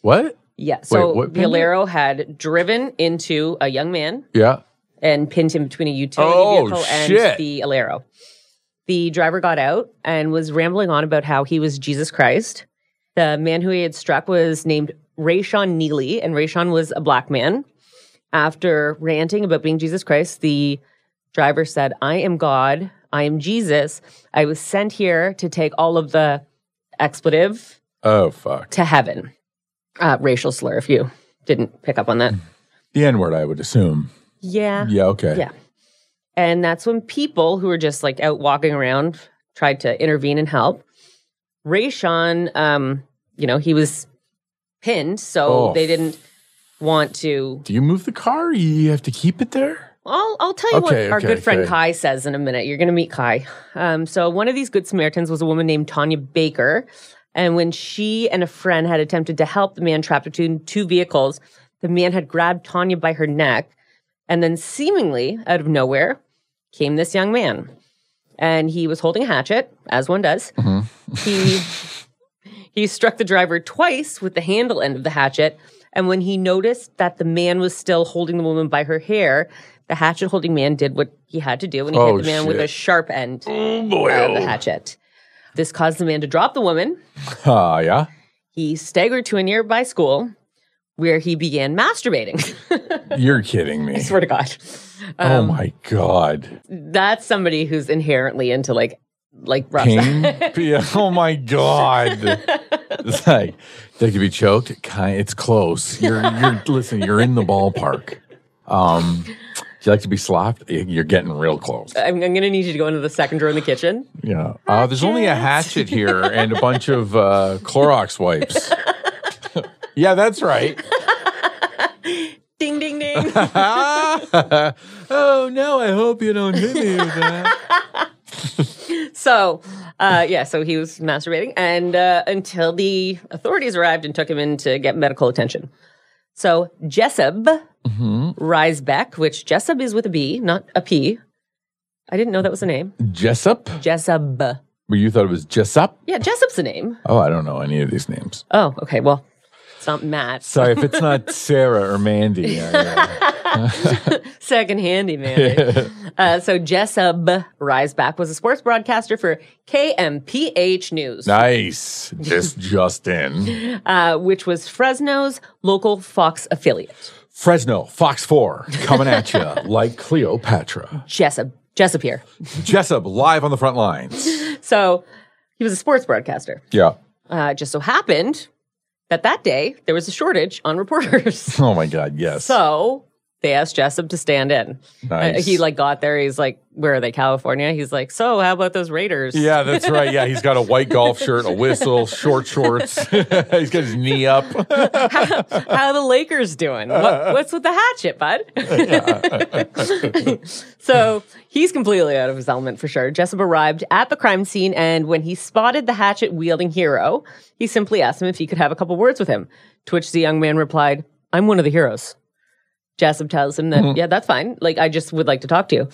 Speaker 2: what?
Speaker 1: Yeah, so
Speaker 2: what
Speaker 1: the
Speaker 2: pinned it?
Speaker 1: Alero had driven into a young man
Speaker 2: Yeah.
Speaker 1: and pinned him between a utility
Speaker 2: Oh,
Speaker 1: vehicle
Speaker 2: shit.
Speaker 1: and the Alero. The driver got out and was rambling on about how he was Jesus Christ. The man who he had struck was named Rayshon Neely, and Rayshon was a black man. After ranting about being Jesus Christ, the driver said, I am God. I am Jesus. I was sent here to take all of the expletive
Speaker 2: Oh fuck.
Speaker 1: to heaven. Uh, racial slur, if you didn't pick up on that.
Speaker 2: The N word, I would assume.
Speaker 1: Yeah.
Speaker 2: Yeah. Okay.
Speaker 1: Yeah. And that's when people who were just like out walking around tried to intervene and help. Rayshon, um, you know, he was pinned, so
Speaker 2: Oh.
Speaker 1: they didn't want to.
Speaker 2: Do you move the car? You have to keep it there.
Speaker 1: I'll, I'll tell you
Speaker 2: Okay,
Speaker 1: what our
Speaker 2: okay,
Speaker 1: good friend
Speaker 2: okay.
Speaker 1: Kai says in a minute. You're going to meet Kai. Um, so, one of these Good Samaritans was a woman named Tanya Baker. And when she and a friend had attempted to help the man trapped between two vehicles, the man had grabbed Tanya by her neck. And then, seemingly out of nowhere, came this young man. And he was holding a hatchet, as one does.
Speaker 2: Mm-hmm.
Speaker 1: He. He struck the driver twice with the handle end of the hatchet. And when he noticed that the man was still holding the woman by her hair, the hatchet holding man did what he had to do and he
Speaker 2: Oh,
Speaker 1: hit the man with a
Speaker 2: shit.
Speaker 1: sharp end
Speaker 2: Oh boy.
Speaker 1: of the hatchet. This caused the man to drop the woman.
Speaker 2: Ah, yeah.
Speaker 1: He staggered to a nearby school where he began masturbating.
Speaker 2: You're kidding me.
Speaker 1: I swear to God.
Speaker 2: oh
Speaker 1: Um,
Speaker 2: my god.
Speaker 1: That's somebody who's inherently into like, like rough
Speaker 2: Pain. Yeah, oh my god. It's like they could be choked. Kind. It's close. You're. You're. listen. You're in the ballpark. Um. Do you like to be slopped? You're getting real close.
Speaker 1: I'm, I'm going to need you to go into the second drawer in the kitchen.
Speaker 2: Yeah. Uh, there's only a hatchet here and a bunch of uh, Clorox wipes. yeah, that's right.
Speaker 1: Ding, ding, ding.
Speaker 2: oh no! I hope you don't hit me with that.
Speaker 1: So, uh, yeah, so he was masturbating, and uh, until the authorities arrived and took him in to get medical attention. So Jessup Risebeck, which Jessup is with a B, not a P. I didn't know that was a name.
Speaker 2: Jessup?
Speaker 1: Jessup.
Speaker 2: Well, you thought it was Jessup?
Speaker 1: Yeah, Jessup's a name.
Speaker 2: Oh, I don't know any of these names.
Speaker 1: Oh, okay. Well, it's not Matt.
Speaker 2: Sorry if it's not Sarah or Mandy. I- uh,
Speaker 1: Second handy man. uh, so Jessup Risebeck was a sports broadcaster for KMPH News.
Speaker 2: nice. Just Justin.
Speaker 1: uh, which was Fresno's local Fox affiliate.
Speaker 2: Fresno, Fox 4, coming at you like Cleopatra.
Speaker 1: Jessup, Jessup here.
Speaker 2: Jessup, live on the front lines.
Speaker 1: So he was a sports broadcaster.
Speaker 2: Yeah.
Speaker 1: Uh, it just so happened that that day there was a shortage on reporters.
Speaker 2: Oh my God, yes.
Speaker 1: so they asked Jessup to stand in.
Speaker 2: Nice.
Speaker 1: Uh, he like got there. He's like, "Where are they? California?" He's like, "So how about those Raiders?"
Speaker 2: yeah, that's right. Yeah, he's got a white golf shirt, a whistle, short shorts. he's got his knee up.
Speaker 1: how are the Lakers doing? What, what's with the hatchet, bud? so he's completely out of his element for sure. Jessup arrived at the crime scene, and when he spotted the hatchet wielding hero, he simply asked him if he could have a couple words with him. To which the young man replied, I'm one of the heroes. Jessup tells him that, yeah, that's fine. Like, I just would like to talk to you.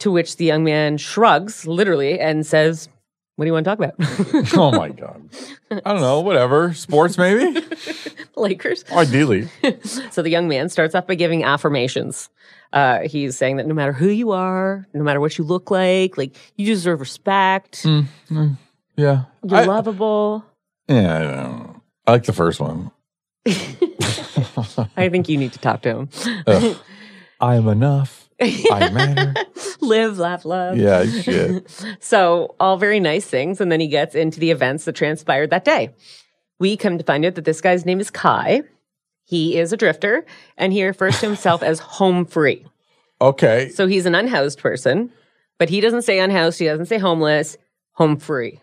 Speaker 1: To which the young man shrugs, literally, and says, What do you want to talk about?
Speaker 2: Oh my God. I don't know, whatever. Sports, maybe?
Speaker 1: Lakers.
Speaker 2: Ideally.
Speaker 1: So the young man starts off by giving affirmations. Uh, he's saying that no matter who you are, no matter what you look like, like you deserve respect.
Speaker 2: Yeah.
Speaker 1: You're
Speaker 2: Mm. I-
Speaker 1: lovable.
Speaker 2: Yeah, I don't know. I like the first one. Uh,
Speaker 1: I think you need to talk to him.
Speaker 2: I'm enough. I matter.
Speaker 1: live, laugh, love.
Speaker 2: Yeah, shit.
Speaker 1: So, all very nice things. And then he gets into the events that transpired that day. We come to find out that this guy's name is Kai. He is a drifter and he refers to himself as home free.
Speaker 2: Okay.
Speaker 1: So, he's an unhoused person, but he doesn't say unhoused. He doesn't say homeless, home free.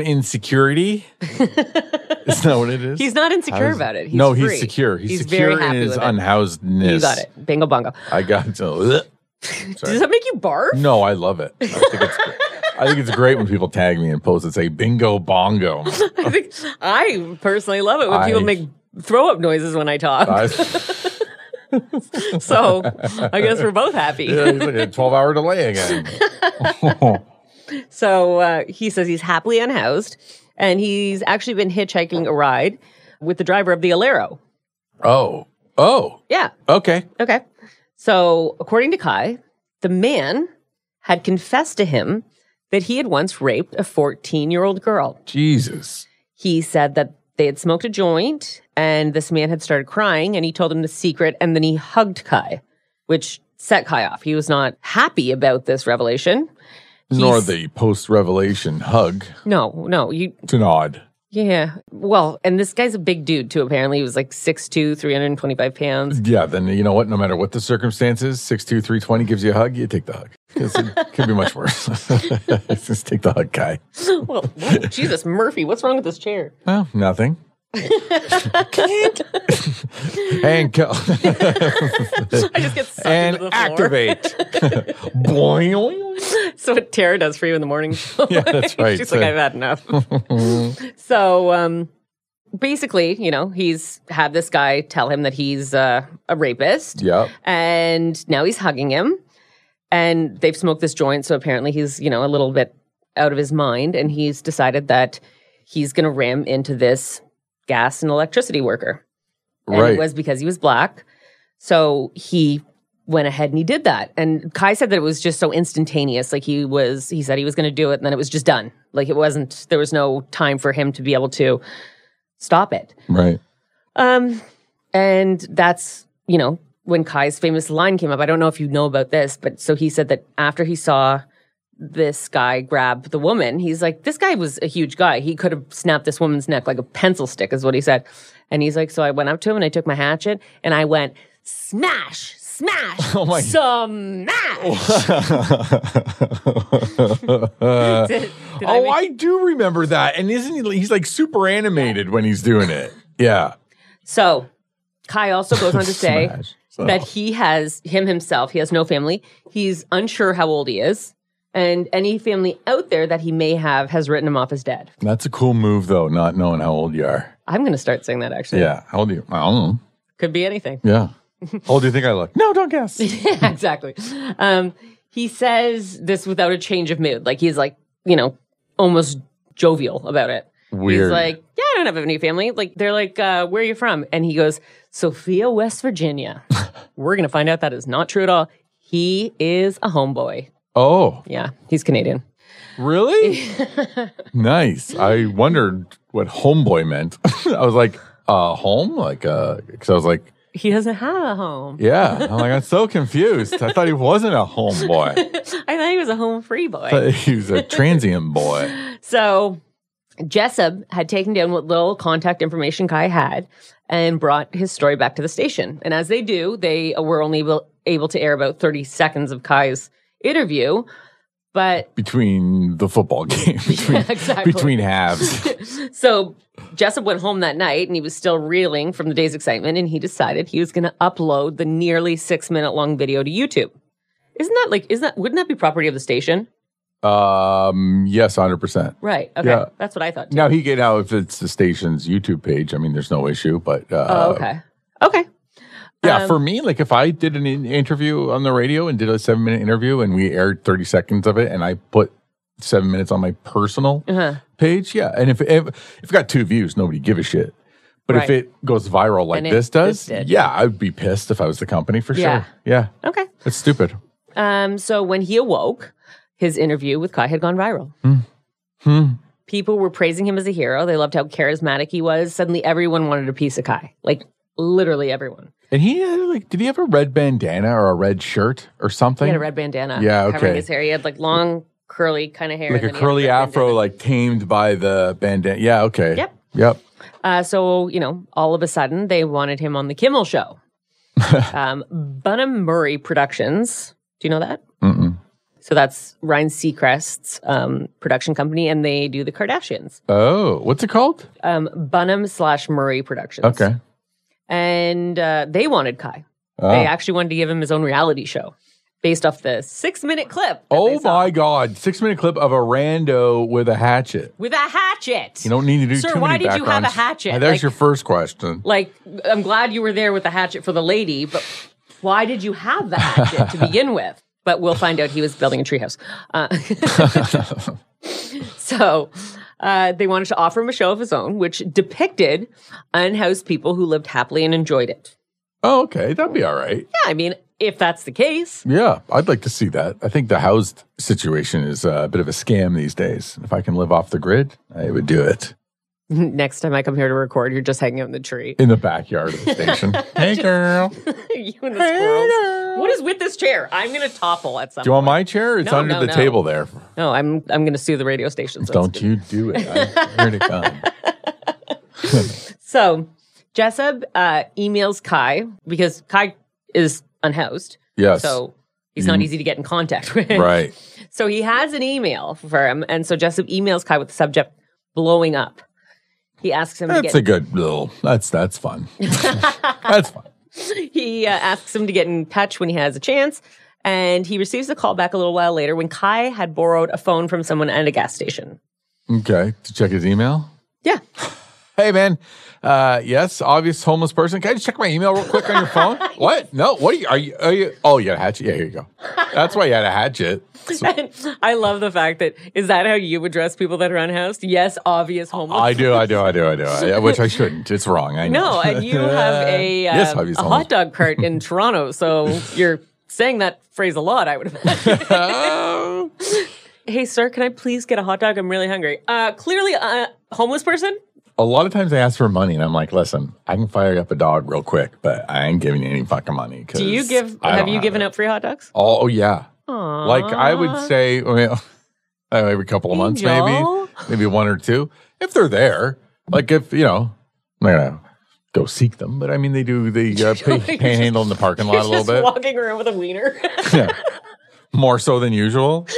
Speaker 2: insecurity. Is that what it is?
Speaker 1: He's not insecure
Speaker 2: How's-
Speaker 1: about it. He's
Speaker 2: no,
Speaker 1: free.
Speaker 2: he's secure. He's,
Speaker 1: He's
Speaker 2: secure
Speaker 1: very happy
Speaker 2: in his
Speaker 1: with it.
Speaker 2: unhousedness.
Speaker 1: You got it. Bingo bongo.
Speaker 2: I got to. Sorry.
Speaker 1: Does that make you barf?
Speaker 2: No, I love it. I think it's great. I think it's great when people tag me and posts that say bingo bongo.
Speaker 1: I think I personally love it when people
Speaker 2: I-
Speaker 1: make throw up noises when I talk.
Speaker 2: I,
Speaker 1: so I guess we're both happy.
Speaker 2: yeah, he's like a 12 hour delay again.
Speaker 1: So uh, he says he's happily unhoused and he's actually been hitchhiking a ride with the driver of the Alero.
Speaker 2: Oh, oh,
Speaker 1: Yeah.
Speaker 2: okay.
Speaker 1: Okay. So according to Kai, the man had confessed to him that he had once raped a 14 year old girl.
Speaker 2: Jesus.
Speaker 1: He said that they had smoked a joint and this man had started crying and he told him the secret and then he hugged Kai, which set Kai off. He was not happy about this revelation.
Speaker 2: Nor
Speaker 1: He's-
Speaker 2: the post revelation hug.
Speaker 1: No, no, you
Speaker 2: It's an odd.
Speaker 1: yeah. Well, and this guy's a big dude too apparently. He was like 6'2, 325 pounds.
Speaker 2: Yeah, then you know what? No matter what the circumstances, 6'2, 320 gives you a hug, you take the hug. 'Cause It could be much worse. Just take the hug, Kai.
Speaker 1: well, whoa, Jesus, Murphy, what's wrong with this chair?
Speaker 2: Oh, nothing. and go.
Speaker 1: I just get sucked
Speaker 2: and
Speaker 1: into the floor.
Speaker 2: activate. Boing.
Speaker 1: So what Tara does for you in the morning.
Speaker 2: Yeah, that's right.
Speaker 1: She's like, I've had enough. so um, basically, you know, he's had this guy tell him that he's uh, a rapist,
Speaker 2: Yep.
Speaker 1: and now he's hugging him, and they've smoked this joint. So apparently, he's you know a little bit out of his mind, and he's decided that he's going to ram into this gas and electricity worker. And
Speaker 2: Right.
Speaker 1: it was because he was black. So he went ahead and he did that. And Kai said that it was just so instantaneous. Like he was, he said he was going to do it and then it was just done. Like it wasn't, there was no time for him to be able to stop it.
Speaker 2: right.
Speaker 1: Um, and that's, you know, when Kai's famous line came up. I don't know if you know about this, but so he said that after he saw this guy grab the woman, he's like, this guy was a huge guy. He could have snapped this woman's neck like a pencil stick, is what he said. And he's like, so I went up to him and I took my hatchet and I went, smash, smash,
Speaker 2: Oh my- Oh.
Speaker 1: smash. Did- did I
Speaker 2: oh,
Speaker 1: make-
Speaker 2: I do remember that. And isn't he? He's like super animated when he's doing it. Yeah.
Speaker 1: So Kai also goes on to say
Speaker 2: Smash.
Speaker 1: that he has him himself, he has no family. He's unsure how old he is. And any family out there that he may have has written him off as dead.
Speaker 2: That's a cool move, though, not knowing how old you are.
Speaker 1: I'm going to start saying that actually.
Speaker 2: Yeah. How old are you? I don't know.
Speaker 1: Could be anything.
Speaker 2: Yeah. How old do you think I look? No, don't guess.
Speaker 1: Yeah, exactly. Um, he says this without a change of mood. Like he's like, you know, almost jovial about it.
Speaker 2: Weird.
Speaker 1: He's like, yeah, I don't have any family. Like they're like, uh, where are you from? And he goes, Sophia, West Virginia. We're gonna find out that is not true at all. He is a homeboy.
Speaker 2: oh,
Speaker 1: Yeah, he's Canadian.
Speaker 2: really? nice. I wondered what homeboy meant. I was like, uh, home? Like, uh, because I was like,
Speaker 1: He doesn't have a home.
Speaker 2: yeah. I'm like, I'm so confused. I thought he wasn't a homeboy.
Speaker 1: I thought he was a home free boy.
Speaker 2: I thought he was a transient boy.
Speaker 1: So Jessup had taken down what little contact information Kai had and brought his story back to the station. And as they do, they were only able, able to air about 30 seconds of Kai's interview. But
Speaker 2: between the football game between,
Speaker 1: exactly.
Speaker 2: between halves.
Speaker 1: so Jessup went home that night and he was still reeling from the day's excitement. And he decided he was going to upload the nearly six minute long video to YouTube. Isn't that like, isn't that, wouldn't that be property of the station?
Speaker 2: um, yes, hundred percent.
Speaker 1: Right. Okay.
Speaker 2: Yeah.
Speaker 1: That's what I thought. too.
Speaker 2: Now he get out if it's the station's YouTube page. I mean, there's no issue, but uh,
Speaker 1: Oh, okay. Okay.
Speaker 2: yeah,
Speaker 1: Um,
Speaker 2: for me, like if I did an in- interview on the radio and did a seven minute interview and we aired thirty seconds of it, and I put seven minutes on my personal
Speaker 1: Uh-huh.
Speaker 2: page, yeah, and if if, if it got two views, nobody give a shit. But if
Speaker 1: Right.
Speaker 2: it goes viral like
Speaker 1: And it-
Speaker 2: this does,
Speaker 1: this did.
Speaker 2: yeah, I'd be pissed if I was the company for
Speaker 1: Yeah.
Speaker 2: sure. Yeah,
Speaker 1: Okay.
Speaker 2: it's stupid.
Speaker 1: Um, so when he awoke, his interview with Kai had gone viral.
Speaker 2: Hmm.
Speaker 1: People were praising him as a hero. They loved how charismatic he was. Suddenly, everyone wanted a piece of Kai. Like literally everyone.
Speaker 2: And he had, like, did he have a red bandana or a red shirt or
Speaker 1: He
Speaker 2: something?
Speaker 1: had a red bandana
Speaker 2: Yeah,
Speaker 1: covering
Speaker 2: okay.
Speaker 1: his hair. He had like long, curly kind of hair.
Speaker 2: like
Speaker 1: and
Speaker 2: a
Speaker 1: then he had
Speaker 2: curly
Speaker 1: red
Speaker 2: afro,
Speaker 1: bandana.
Speaker 2: like tamed by the bandana. Yeah, okay.
Speaker 1: Yep.
Speaker 2: Yep.
Speaker 1: Uh, so, you know, all of a sudden they wanted him on The Kimmel Show. um, Bunham Murray Productions. Do you know that?
Speaker 2: Mm-mm.
Speaker 1: So that's Ryan Seacrest's um, production company, and they do The Kardashians.
Speaker 2: Oh, what's it called?
Speaker 1: Um, Bunham slash Murray Productions.
Speaker 2: Okay.
Speaker 1: And uh, they wanted Kai. They
Speaker 2: Oh,
Speaker 1: actually wanted to give him his own reality show based off the six minute clip. that
Speaker 2: Oh
Speaker 1: they saw
Speaker 2: my God. Six minute clip of a rando with a hatchet.
Speaker 1: With a hatchet.
Speaker 2: You don't need to do
Speaker 1: Sir,
Speaker 2: too
Speaker 1: why
Speaker 2: many
Speaker 1: did you have a
Speaker 2: backgrounds.
Speaker 1: hatchet?
Speaker 2: Yeah, There's
Speaker 1: Like-
Speaker 2: your first question.
Speaker 1: like I'm glad you were there with the hatchet for the lady, but why did you have the hatchet to begin with? But we'll find out he was building a treehouse. Uh, so uh, they wanted to offer him a show of his own, which depicted unhoused people who lived happily and enjoyed it.
Speaker 2: Oh, okay. That'd be all right.
Speaker 1: Yeah, I mean, if that's the case,
Speaker 2: Yeah, I'd like to see that. I think the housed situation is uh, a bit of a scam these days. If I can live off the grid, I would do it
Speaker 1: next time I come here to record, you're just hanging out in the tree.
Speaker 2: in the backyard of the station. hey, girl. Do
Speaker 1: you and the squirrels. What is with this chair? I'm gonna topple at some.
Speaker 2: you want my chair? It's
Speaker 1: No,
Speaker 2: under
Speaker 1: no,
Speaker 2: the
Speaker 1: no.
Speaker 2: table there.
Speaker 1: no, I'm I'm gonna sue the radio station. so it's
Speaker 2: Don't you do it. I'm here to come.
Speaker 1: So Jessup uh, emails Kai because Kai is unhoused.
Speaker 2: Yes. Mm-hmm.
Speaker 1: So he's not easy to get in contact with.
Speaker 2: right.
Speaker 1: So he has an email for him. And so Jessup emails Kai with the subject blowing up. He asks him
Speaker 2: That's
Speaker 1: to
Speaker 2: a
Speaker 1: get,
Speaker 2: good little. That's that's fun. that's fun.
Speaker 1: he uh, asks him to get in touch when he has a chance. And he receives the call back a little while later when Kai had borrowed a phone from someone at a gas station.
Speaker 2: Okay. To check his email.
Speaker 1: Yeah.
Speaker 2: Hey man, uh, yes, obvious homeless person. Can I just check my email real quick on your phone? What? No. What are you? Are you? Are you? Oh, you had a hatchet. Yeah, here you go. That's why you had a hatchet.
Speaker 1: I love the fact that is that how you address people that are unhoused? Yes, obvious homeless.
Speaker 2: I do, I do, I do, I do. I, which I shouldn't. It's wrong. I know.
Speaker 1: No, and you have a, uh,
Speaker 2: Yes, obvious
Speaker 1: a
Speaker 2: homeless.
Speaker 1: hot dog cart in Toronto, so you're saying that phrase a lot, I would imagine.
Speaker 2: Oh.
Speaker 1: hey, sir, can I please get a hot dog? I'm really hungry. Uh, clearly, a homeless person?
Speaker 2: a lot of times I ask for money, and I'm like, "Listen, I can fire up a dog real quick, but I ain't giving you any fucking money."
Speaker 1: Do you give, have you given Ah. up free hot dogs?
Speaker 2: Oh yeah. Like I would say, well, oh, every couple of months,
Speaker 1: Angel.
Speaker 2: maybe, maybe one or two, if they're there. Like if you know, I'm not gonna go seek them, but I mean, they do. They
Speaker 1: You're
Speaker 2: uh, pay,
Speaker 1: just-
Speaker 2: panhandle in the parking lot a little
Speaker 1: Just
Speaker 2: bit,
Speaker 1: walking around with a wiener.
Speaker 2: yeah, more so than usual.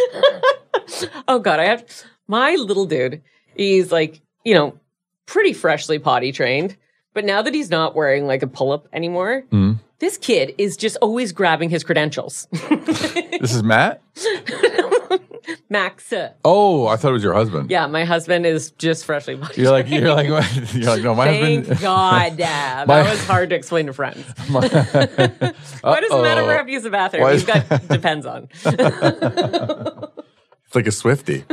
Speaker 1: oh, God, I have, my little dude, he's like, you know, pretty freshly potty trained. But now that he's not wearing like a pull up anymore,
Speaker 2: Hmm.
Speaker 1: this kid is just always grabbing his credentials.
Speaker 2: This is Matt.
Speaker 1: Max. uh,
Speaker 2: Oh, I thought it was your husband.
Speaker 1: Yeah, my husband is just freshly married.
Speaker 2: You're like you're like you're like no, my
Speaker 1: Thank
Speaker 2: husband.
Speaker 1: God. uh, That
Speaker 2: My-
Speaker 1: was hard to explain to friends. Why does it matter
Speaker 2: Uh-oh.
Speaker 1: where I use the bathroom?
Speaker 2: Why
Speaker 1: You've
Speaker 2: is-
Speaker 1: got depends on.
Speaker 2: It's like a Swifty.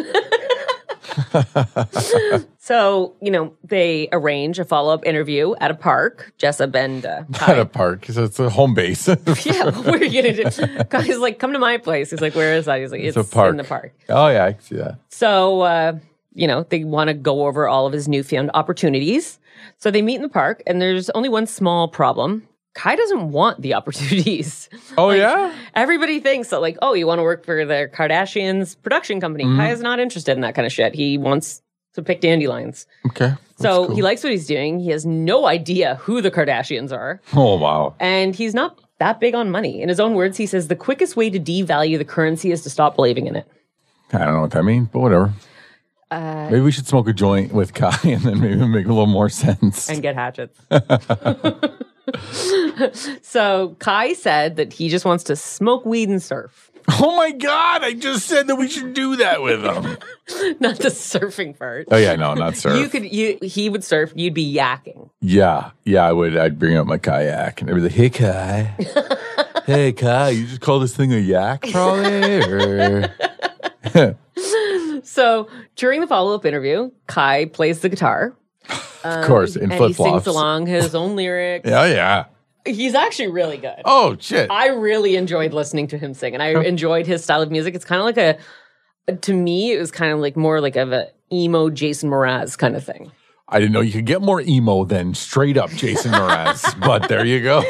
Speaker 1: So, you know, they arrange a follow up interview at a park, Jessup and uh,
Speaker 2: at
Speaker 1: Kai.
Speaker 2: a park. So it's a home base. it's
Speaker 1: yeah, what were you going to do? Kai's like, come to my place. He's like, where is that? He's like, it's,
Speaker 2: a park.
Speaker 1: in the park.
Speaker 2: Oh yeah, I can see that.
Speaker 1: So, uh, you know, they want to go over all of his newfound opportunities. So they meet in the park, and there's only one small problem. Kai doesn't want the opportunities.
Speaker 2: Oh
Speaker 1: Like,
Speaker 2: yeah.
Speaker 1: Everybody thinks that, like, oh, you want to work for the Kardashians production company.
Speaker 2: Mm-hmm.
Speaker 1: Kai is not interested in that kind of shit. He wants to pick dandelions.
Speaker 2: Okay.
Speaker 1: so
Speaker 2: cool.
Speaker 1: he likes what he's doing. He has no idea who the Kardashians are.
Speaker 2: Oh wow.
Speaker 1: And he's not that big on money. In his own words, he says the quickest way to devalue the currency is to stop believing in it.
Speaker 2: I don't know what that means, but whatever.
Speaker 1: Uh,
Speaker 2: maybe we should smoke a joint with Kai and then maybe it'll make a little more sense.
Speaker 1: and get hatchets. so Kai said that he just wants to smoke weed and surf,
Speaker 2: oh my God, I just said that we should do that with them.
Speaker 1: not the surfing part.
Speaker 2: oh yeah, no, not surf.
Speaker 1: You could, you he would surf. You'd be yakking.
Speaker 2: yeah, yeah, I would. I'd bring up my kayak and I'd be like, hey, Kai. hey, Kai, you just call this thing a yak, probably? or-
Speaker 1: So during the follow up interview, Kai plays the guitar
Speaker 2: of course, in
Speaker 1: Um, and
Speaker 2: flip
Speaker 1: he sings
Speaker 2: flops.
Speaker 1: along his own lyrics.
Speaker 2: Yeah, oh, yeah.
Speaker 1: He's actually really good.
Speaker 2: Oh, shit.
Speaker 1: I really enjoyed listening to him sing, and I enjoyed his style of music. It's kind of like a, to me, it was kind of like more like of a emo Jason Mraz kind of thing.
Speaker 2: I didn't know you could get more emo than straight up Jason Mraz, but there you go.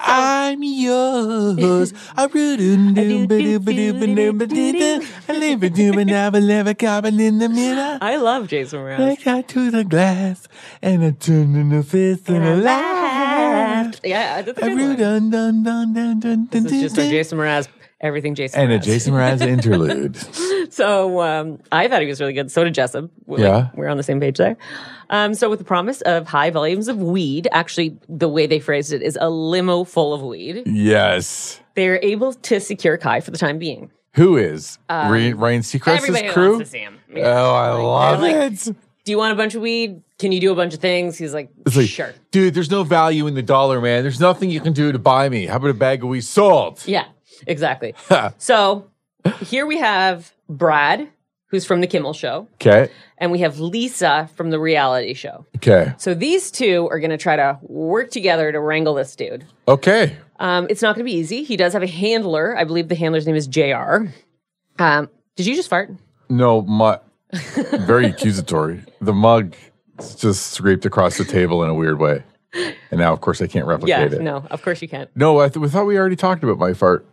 Speaker 2: I'm yours. I live a doom and I will never come in the mirror.
Speaker 1: I love Jason
Speaker 2: I
Speaker 1: Mraz.
Speaker 2: got to the glass and I turned in the fist and I laughed.
Speaker 1: Yeah, I did the
Speaker 2: I
Speaker 1: good one.
Speaker 2: rue dun dun dun dun dun dun
Speaker 1: This is just our
Speaker 2: dun.
Speaker 1: Jason Mraz, everything Jason
Speaker 2: And a
Speaker 1: Mraz.
Speaker 2: Jason Mraz interlude.
Speaker 1: So um, I thought he was really good. So did Jessup. We're,
Speaker 2: Yeah.
Speaker 1: we're on the same page there. Um, so with the promise of high volumes of weed, actually the way they phrased it is a limo full of weed.
Speaker 2: Yes.
Speaker 1: They're able to secure Kai for the time being.
Speaker 2: Who is Re- Ryan
Speaker 1: Uh, Everybody
Speaker 2: Seacrest's
Speaker 1: wants
Speaker 2: crew?
Speaker 1: to see him.
Speaker 2: Oh, I love
Speaker 1: like-
Speaker 2: it.
Speaker 1: Do you want a bunch of weed? Can you do a bunch of things? He's like,
Speaker 2: It's like,
Speaker 1: sure.
Speaker 2: dude, there's no value in the dollar, man. There's nothing you can do to buy me. How about a bag of wheat salt?
Speaker 1: Yeah, exactly. so here we have Brad, who's from the Kimmel show,
Speaker 2: Okay.
Speaker 1: and we have Lisa from the reality show.
Speaker 2: Okay.
Speaker 1: So these two are going to try to work together to wrangle this dude.
Speaker 2: Okay.
Speaker 1: Um, it's not going to be easy. He does have a handler. I believe the handler's name is JR. Um, did you just fart?
Speaker 2: No, my very accusatory. The mug just scraped across the table in a weird way. And now, of course, I can't
Speaker 1: Yeah,
Speaker 2: replicate it.
Speaker 1: no, of course you can't.
Speaker 2: No, I, th- we thought we already talked about my fart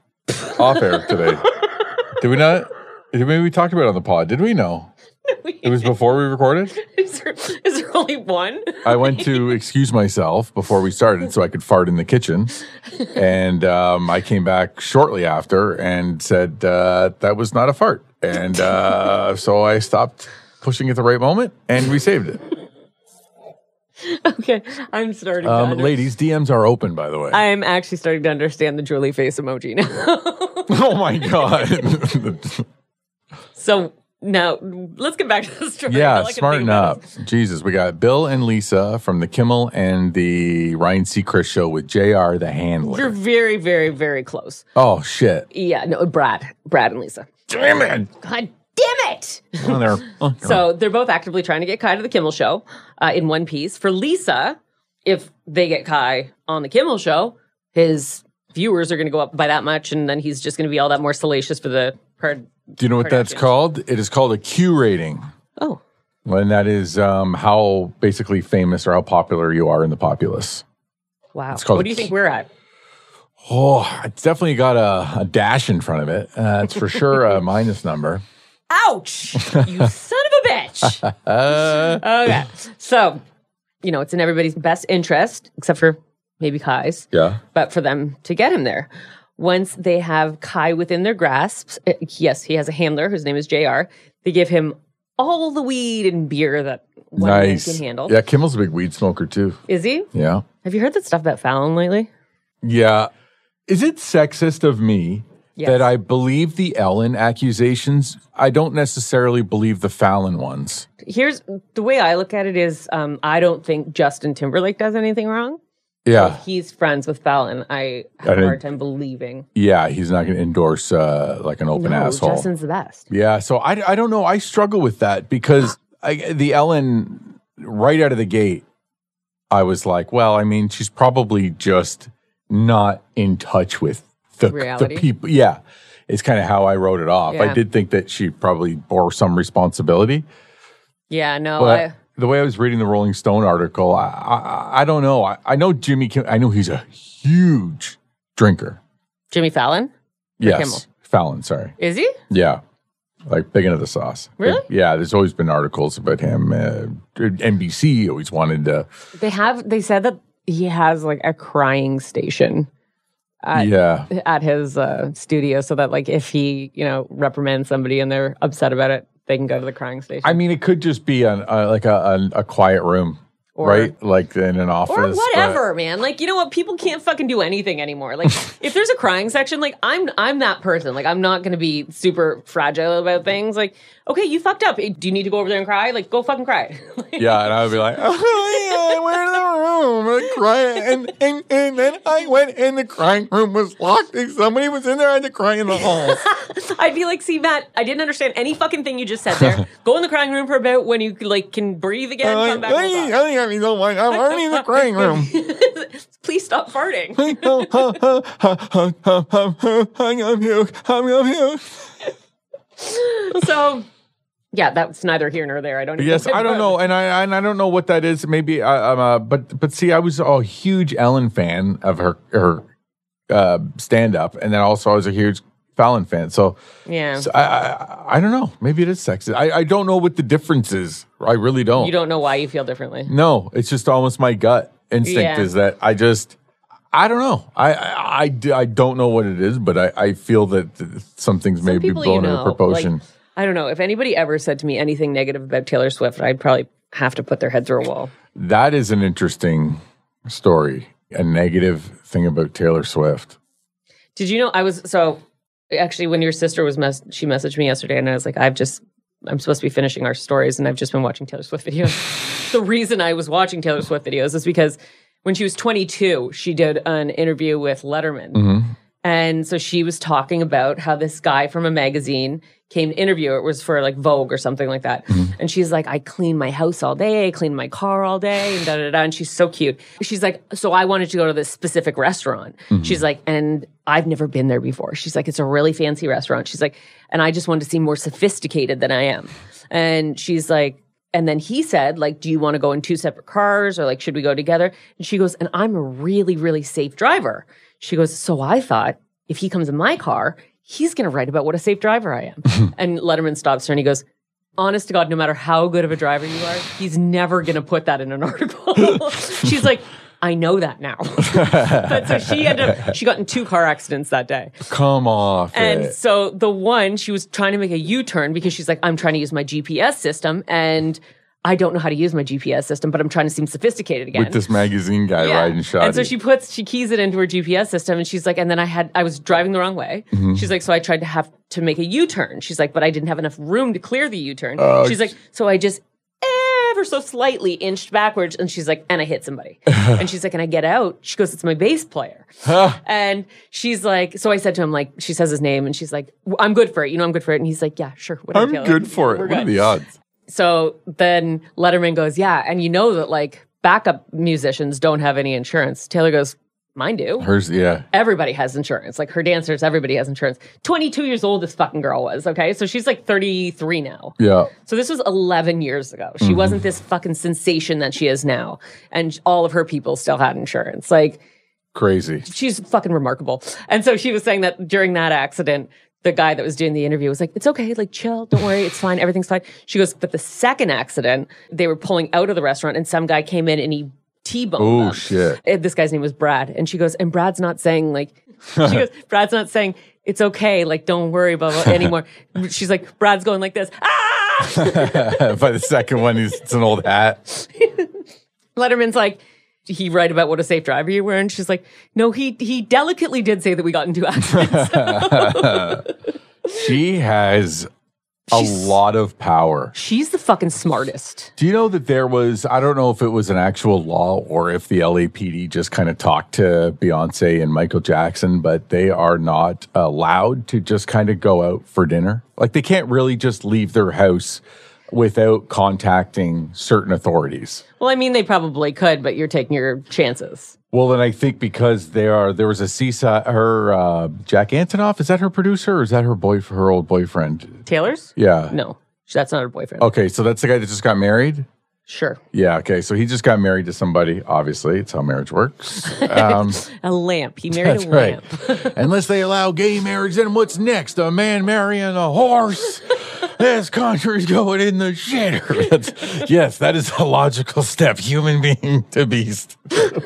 Speaker 2: off air today. Did we not? Maybe we talked about it on the pod. Did we? No. It was before we recorded.
Speaker 1: Is there, is there only one?
Speaker 2: I went to excuse myself before we started so I could fart in the kitchen. And um, I came back shortly after and said, uh, that was not a fart. And uh, so I stopped pushing at the right moment and we saved it.
Speaker 1: Okay, I'm starting to
Speaker 2: Um,
Speaker 1: under-
Speaker 2: ladies, DMs are open, by the way.
Speaker 1: I'm actually starting to understand the Julie face emoji now.
Speaker 2: oh my God.
Speaker 1: so now let's get back to the story.
Speaker 2: yeah,
Speaker 1: All I can
Speaker 2: smarten
Speaker 1: think about
Speaker 2: up. Jesus, we got Bill and Lisa from the Kimmel and the Ryan Seacrest show with JR the
Speaker 1: is You're
Speaker 2: handler.
Speaker 1: very, very, very close.
Speaker 2: Oh, shit.
Speaker 1: Yeah, no, Brad, Brad and Lisa.
Speaker 2: Damn it.
Speaker 1: God damn it!
Speaker 2: On there. on there.
Speaker 1: So they're both actively trying to get Kai to the Kimmel Show uh, in one piece. For Lisa, if they get Kai on the Kimmel Show, his viewers are going to go up by that much, and then he's just going to be all that more salacious for the part.
Speaker 2: Do you know what that's
Speaker 1: Kardashians.
Speaker 2: called? It is called a Q rating.
Speaker 1: Oh,
Speaker 2: And that is um, how basically famous or how popular you are in the populace.
Speaker 1: wow!
Speaker 2: called
Speaker 1: What do you think we're at?
Speaker 2: Oh, it's definitely got a, a dash in front of it. Uh, it's for sure a minus number.
Speaker 1: Ouch! You son of a bitch!
Speaker 2: Uh,
Speaker 1: Okay, so you know it's in everybody's best interest, except for maybe Kai's.
Speaker 2: yeah.
Speaker 1: but for them to get him there. Once they have Kai within their grasps, uh, yes, he has a handler whose name is JR. They give him all the weed and beer that one man
Speaker 2: nice.
Speaker 1: can handle.
Speaker 2: Yeah, Kimmel's a big weed smoker too.
Speaker 1: Is he?
Speaker 2: Yeah.
Speaker 1: Have you heard that stuff about Fallon lately?
Speaker 2: Yeah. Is it sexist of me
Speaker 1: Yes.
Speaker 2: that I believe the Ellen accusations? I don't necessarily believe the Fallon ones.
Speaker 1: Here's the way I look at it is um, I don't think Justin Timberlake does anything wrong.
Speaker 2: Yeah.
Speaker 1: He's friends with Fallon. I have
Speaker 2: I
Speaker 1: a
Speaker 2: didn't-
Speaker 1: hard time believing.
Speaker 2: Yeah. He's not going to endorse uh, like an open
Speaker 1: No,
Speaker 2: asshole.
Speaker 1: Justin's the best.
Speaker 2: Yeah, so I, I don't know. I struggle with that because I, the Ellen, right out of the gate, I was like, well, I mean, she's probably just not in touch with the, the
Speaker 1: Reality.
Speaker 2: people. Yeah, it's kind of how I wrote it off. I
Speaker 1: Yeah.
Speaker 2: did think that she probably bore some responsibility.
Speaker 1: Yeah, no,
Speaker 2: But
Speaker 1: Oh, I,
Speaker 2: the way I was reading the Rolling Stone article, I, I, I don't know. I, I know Jimmy, Kim, I know he's a huge drinker.
Speaker 1: Jimmy Fallon.
Speaker 2: Yes.
Speaker 1: Kimmel.
Speaker 2: Fallon, sorry.
Speaker 1: Is he?
Speaker 2: Yeah. Like big into the sauce.
Speaker 1: Really?
Speaker 2: Like, yeah, there's always been articles about him. Uh, NBC always wanted to.
Speaker 1: They have they said that he has like a crying station. At,
Speaker 2: yeah.
Speaker 1: at his uh, studio so that like if he you know reprimands somebody and they're upset about it they can go to the crying station
Speaker 2: I mean, it could just be an, uh, like a, an, a quiet room,
Speaker 1: Or-
Speaker 2: right? Like in an office.
Speaker 1: or
Speaker 2: but-
Speaker 1: whatever man like you know what people can't fucking do anything anymore like if there's a crying section like i'm i'm that person like i'm not gonna be super fragile about things like okay you fucked up Eh, do you need to go over there and cry like go fucking cry Like,
Speaker 2: yeah, and I would be like, oh, yeah, we're in the room. And, cry, and, and, and then I went and the crying room was locked. And somebody was in there. I had to cry in the hall.
Speaker 1: i'd be like see matt i didn't understand any fucking thing you just said there go in the crying room for about when you like can breathe again come
Speaker 2: I'm like,
Speaker 1: back and we'll
Speaker 2: hey,
Speaker 1: talk."
Speaker 2: honey, I'm already in the crying room.
Speaker 1: please stop farting
Speaker 2: I'm gonna puke. I'm gonna puke.
Speaker 1: so Yeah, that's neither here nor there. I don't. even
Speaker 2: Yes, I don't know, and I and I don't know what that is. Maybe I, I'm uh, but but see, I was a huge Ellen fan of her her uh, stand up, and then also I was a huge Fallon fan. So,
Speaker 1: Yeah,
Speaker 2: so I, I I don't know. Maybe it is sexist. I I don't know what the difference is. I really don't.
Speaker 1: you don't know why you feel differently.
Speaker 2: No, it's just almost my gut instinct
Speaker 1: Yeah.
Speaker 2: is that I just I don't know. I I, I, d- I don't know what it is, but I, I feel that th- something's maybe
Speaker 1: people you
Speaker 2: blown
Speaker 1: know,
Speaker 2: out of proportion.
Speaker 1: like, I don't know. If anybody ever said to me anything negative about Taylor Swift, I'd probably have to put their head through a wall.
Speaker 2: That is an interesting story. A negative thing about Taylor Swift.
Speaker 1: Did you know I was so actually when your sister was mess she messaged me yesterday and I was like I've just I'm supposed to be finishing our stories and I've just been watching Taylor Swift videos. the reason I was watching Taylor Swift videos is because when she was 22, she did an interview with Letterman. And so she was talking about how this guy from a magazine came to interview her. It was for like Vogue or something like that. And she's like, I clean my house all day, I clean my car all day, and da da da. And she's so cute. She's like, So I wanted to go to this specific restaurant. She's like, And I've never been there before. She's like, It's a really fancy restaurant. She's like, And I just wanted to seem more sophisticated than I am. And she's like, and then he said, like, do you want to go in two separate cars or like, should we go together? And she goes, and I'm a really, really safe driver. She goes, so I thought if he comes in my car, he's going to write about what a safe driver I am. and Letterman stops her and he goes, honest to God, no matter how good of a driver you are, he's never going to put that in an article. She's like, I know that now. but so she ended up, she got in two car accidents that day.
Speaker 2: Come off
Speaker 1: And
Speaker 2: it.
Speaker 1: so the one, she was trying to make a U turn because she's like, I'm trying to use my GPS system and I don't know how to use my GPS system, but I'm trying to seem sophisticated again.
Speaker 2: with this magazine guy
Speaker 1: Yeah.
Speaker 2: riding shot.
Speaker 1: And so she puts, she keys it into her GPS system and she's like, and then I had, I was driving the wrong way.
Speaker 2: Mm-hmm.
Speaker 1: She's like, so I tried to have to make a U turn. She's like, but I didn't have enough room to clear the U turn.
Speaker 2: Oh,
Speaker 1: she's like, so I just ever so slightly inched backwards and she's like, and I hit somebody. and she's like, and I get out. She goes, it's my bass player. and she's like, so I said to him, like, she says his name and she's like, "W- I'm good for it. You know, I'm good for it. And he's like, yeah, sure. whatever,
Speaker 2: I'm
Speaker 1: Taylor."
Speaker 2: good for it.
Speaker 1: We're
Speaker 2: What are
Speaker 1: good.
Speaker 2: the odds?
Speaker 1: So then Letterman goes, Yeah. And you know that like backup musicians don't have any insurance. Taylor goes, Mine do.
Speaker 2: Hers, yeah.
Speaker 1: Everybody has insurance. Like her dancers, everybody has insurance. 22 years old, this fucking girl was. Okay. So she's like 33 now.
Speaker 2: Yeah.
Speaker 1: So this was 11 years ago. She
Speaker 2: Mm-hmm.
Speaker 1: wasn't this fucking sensation that she is now. And all of her people still had insurance. Like,
Speaker 2: Crazy.
Speaker 1: she's fucking remarkable. And so she was saying that during that accident, the guy that was doing the interview was like, it's okay, like chill, don't worry, it's fine, everything's fine. She goes, but the second accident, they were pulling out of the restaurant and some guy came in and he T-boned
Speaker 2: Oh,
Speaker 1: them.
Speaker 2: shit.
Speaker 1: Eh, This guy's name was Brad. And she goes, and Brad's not saying like, she goes, Brad's not saying, it's okay, like don't worry blah, blah, anymore. She's like, Brad's going like this. Ah!
Speaker 2: By the second one, he's, it's an old hat.
Speaker 1: Letterman's like, "Did he write about what a safe driver you were, and she's like, no, he he delicately did say that we got into accidents.
Speaker 2: She has a
Speaker 1: She's-
Speaker 2: lot of power.
Speaker 1: She's the fucking smartest.
Speaker 2: Do you know that there was, I don't know if it was an actual law or if the LAPD just kind of talked to Beyonce and Michael Jackson, but they are not allowed to just kind of go out for dinner. Like they can't really just leave their house without contacting certain authorities.
Speaker 1: Well, I mean, they probably could, but you're taking your chances.
Speaker 2: Well, then I think because there are, there was a CISA, her, uh, Jack Antonoff, is that her producer or is that her boy, her old boyfriend?
Speaker 1: Taylor's?
Speaker 2: Yeah.
Speaker 1: No, that's not her boyfriend.
Speaker 2: Okay. So that's the guy that just got married?
Speaker 1: Sure.
Speaker 2: Yeah. Okay. So he just got married to somebody. Obviously, it's how marriage works. Um,
Speaker 1: A lamp. He married
Speaker 2: that's
Speaker 1: a
Speaker 2: right.
Speaker 1: lamp.
Speaker 2: Unless they allow gay marriage, then what's next? A man marrying a horse? this country's going in the shitter. That's- yes, that is the logical step. Human being to beast.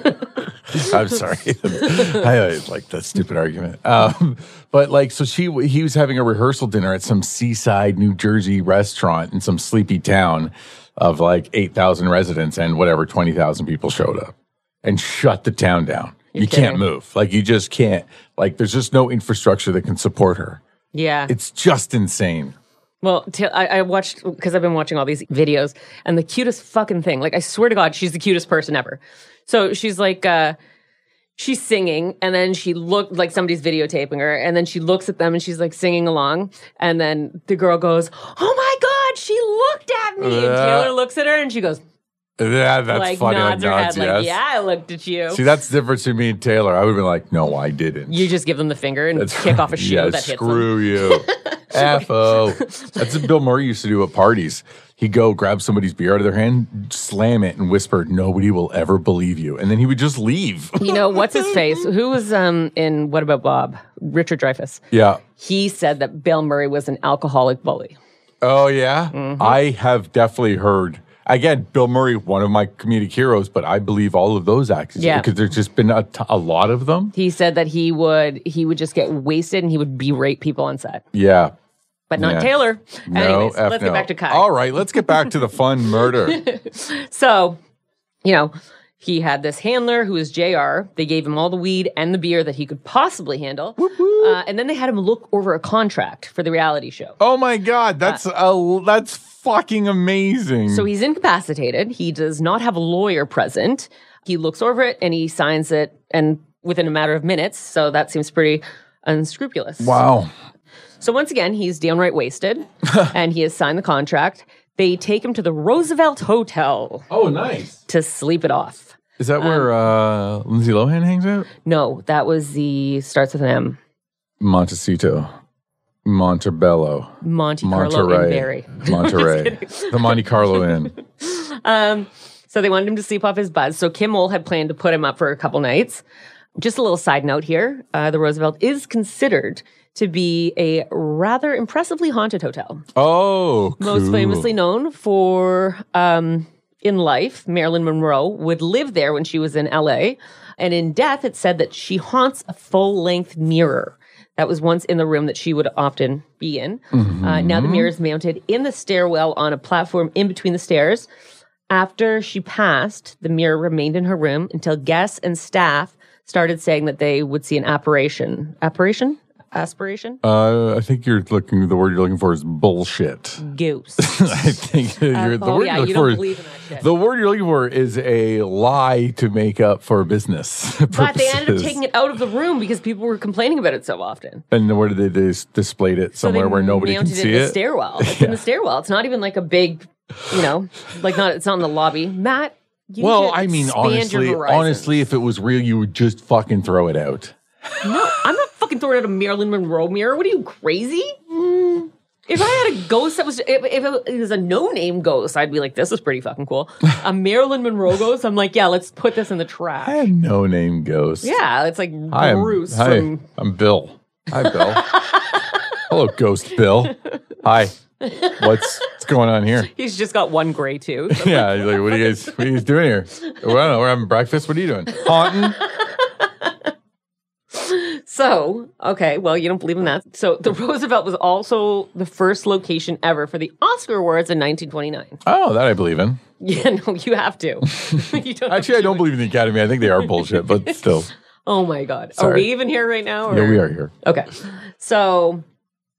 Speaker 2: I'm sorry. I always like that stupid argument. Um, but like, so she he was having a rehearsal dinner at some seaside New Jersey restaurant in some sleepy town of like eight thousand residents, and whatever twenty thousand people showed up and shut the town down. you can't
Speaker 1: kidding.
Speaker 2: move. Like you just can't. Like there's just no infrastructure that can support her.
Speaker 1: Yeah.
Speaker 2: It's just insane.
Speaker 1: Well, Ta- I I watched because I've been watching all these videos, and the cutest fucking thing. Like, I swear to God, she's the cutest person ever. So she's like, uh, she's singing, and then she looked like somebody's videotaping her, and then she looks at them and she's like singing along, and then the girl goes, "Oh my God, she looked at me!" And
Speaker 2: Yeah.
Speaker 1: Taylor looks at her and she goes,
Speaker 2: Yeah, that's
Speaker 1: like
Speaker 2: funny.
Speaker 1: nods her
Speaker 2: Like,
Speaker 1: head, like,
Speaker 2: yes.
Speaker 1: "Yeah, I looked at you."
Speaker 2: See, that's the difference between me and Taylor. I would have been like, no, I didn't.
Speaker 1: you just give them the finger and
Speaker 2: That's
Speaker 1: kick off a shoe
Speaker 2: yeah,
Speaker 1: that hits them.
Speaker 2: screw you. F-O. That's what Bill Murray used to do at parties. He'd go grab somebody's beer out of their hand, slam it, and whisper, nobody will ever believe you. And then he would just leave.
Speaker 1: You know, what's his face? Who was um, in What About Bob? Richard Dreyfuss.
Speaker 2: yeah.
Speaker 1: He said that Bill Murray was an alcoholic bully.
Speaker 2: Oh yeah,
Speaker 1: Mm-hmm.
Speaker 2: I have definitely heard. Again, Bill Murray, one of my comedic heroes, but I believe all of those acts
Speaker 1: Yeah.
Speaker 2: because there's just been a, t- a lot of them.
Speaker 1: He said that he would he would just get wasted and he would berate people on set,
Speaker 2: Yeah.
Speaker 1: but not
Speaker 2: Yeah.
Speaker 1: Taylor. Anyways,
Speaker 2: F
Speaker 1: let's
Speaker 2: no.
Speaker 1: get back to Kai.
Speaker 2: All right, let's get back to the fun murder.
Speaker 1: So, you know, he had this handler who was JR. They gave him all the weed and the beer that he could possibly handle. Uh, and then they had him look over a contract for the reality show.
Speaker 2: oh my god, that's a that's fucking amazing.
Speaker 1: Uh, So he's incapacitated. He does not have a lawyer present. He looks over it and he signs it and within a matter of minutes. So that seems pretty unscrupulous.
Speaker 2: wow.
Speaker 1: So once again, he's downright wasted and he has signed the contract. They take him to the Roosevelt Hotel
Speaker 2: Oh, nice.
Speaker 1: to sleep it off.
Speaker 2: Is that where uh,
Speaker 1: Um,
Speaker 2: Lindsay Lohan hangs out?
Speaker 1: No, that was the starts with an M.
Speaker 2: Montecito, Montebello,
Speaker 1: Monte Carlo and
Speaker 2: Monterey,
Speaker 1: Barry.
Speaker 2: Monterey, the Monte Carlo Inn.
Speaker 1: Um, so they wanted him to sleep off his buzz. So Kimmel had planned to put him up for a couple nights. Just a little side note here: uh, the Roosevelt is considered to be a rather impressively haunted hotel,
Speaker 2: Oh,
Speaker 1: most
Speaker 2: cool.
Speaker 1: famously known for um, in life Marilyn Monroe would live there when she was in L.A., and in death it said that she haunts a full-length mirror. That was once in the room that she would often be in.
Speaker 2: Mm-hmm.
Speaker 1: Uh, now the mirror is mounted in the stairwell on a platform in between the stairs. After she passed, the mirror remained in her room until guests and staff started saying that they would see an apparition. Apparition? Aspiration?
Speaker 2: Uh, I think you're looking. The word you're looking for is bullshit.
Speaker 1: Goose.
Speaker 2: I think you're, the
Speaker 1: oh,
Speaker 2: word
Speaker 1: yeah,
Speaker 2: you're
Speaker 1: you
Speaker 2: looking
Speaker 1: don't
Speaker 2: for.
Speaker 1: believe in that shit.
Speaker 2: The word you're looking for is a lie to make up for business
Speaker 1: but they ended up
Speaker 2: purposes.
Speaker 1: taking it out of the room because people were complaining about it so often.
Speaker 2: And where did they, they s- displayed it
Speaker 1: So they
Speaker 2: somewhere where nobody can
Speaker 1: mounted
Speaker 2: see
Speaker 1: it in the
Speaker 2: it?
Speaker 1: stairwell. It's in the stairwell. It's not even like a big, you know, like not. It's not in the lobby. Matt. You
Speaker 2: well,
Speaker 1: should
Speaker 2: I mean,
Speaker 1: expand your
Speaker 2: honestly,
Speaker 1: horizons.
Speaker 2: honestly, if it was real, you would just fucking throw it out.
Speaker 1: No, I'm not fucking throwing out a Marilyn Monroe mirror. What are you crazy? Mm. If I had a ghost that was, if, if it was a no-name ghost, I'd be like, "This is pretty fucking cool." A Marilyn Monroe ghost, I'm like, "Yeah, let's put this in the
Speaker 2: I
Speaker 1: trash."
Speaker 2: am no name ghost.
Speaker 1: Yeah, it's like
Speaker 2: Hi, I'm,
Speaker 1: Bruce
Speaker 2: hi,
Speaker 1: from.
Speaker 2: I'm Bill. Hi, Bill. Hello, Ghost Bill. Hi. What's what's going on here?
Speaker 1: He's just got one gray too.
Speaker 2: Yeah, he's like, what are you guys? What are you guys doing here? Well, I don't know. We're having breakfast. What are you doing? Haunting.
Speaker 1: So okay, well, you don't believe in that. So the Roosevelt was also the first location ever for the Oscar Awards in 1929.
Speaker 2: Oh, that I believe in.
Speaker 1: Yeah, no, you have to. you don't.
Speaker 2: Actually, I don't believe in the academy. I think they are bullshit, but still,
Speaker 1: oh my god, are
Speaker 2: Sorry.
Speaker 1: we even here right now? Or?
Speaker 2: yeah, we are here.
Speaker 1: Okay. So,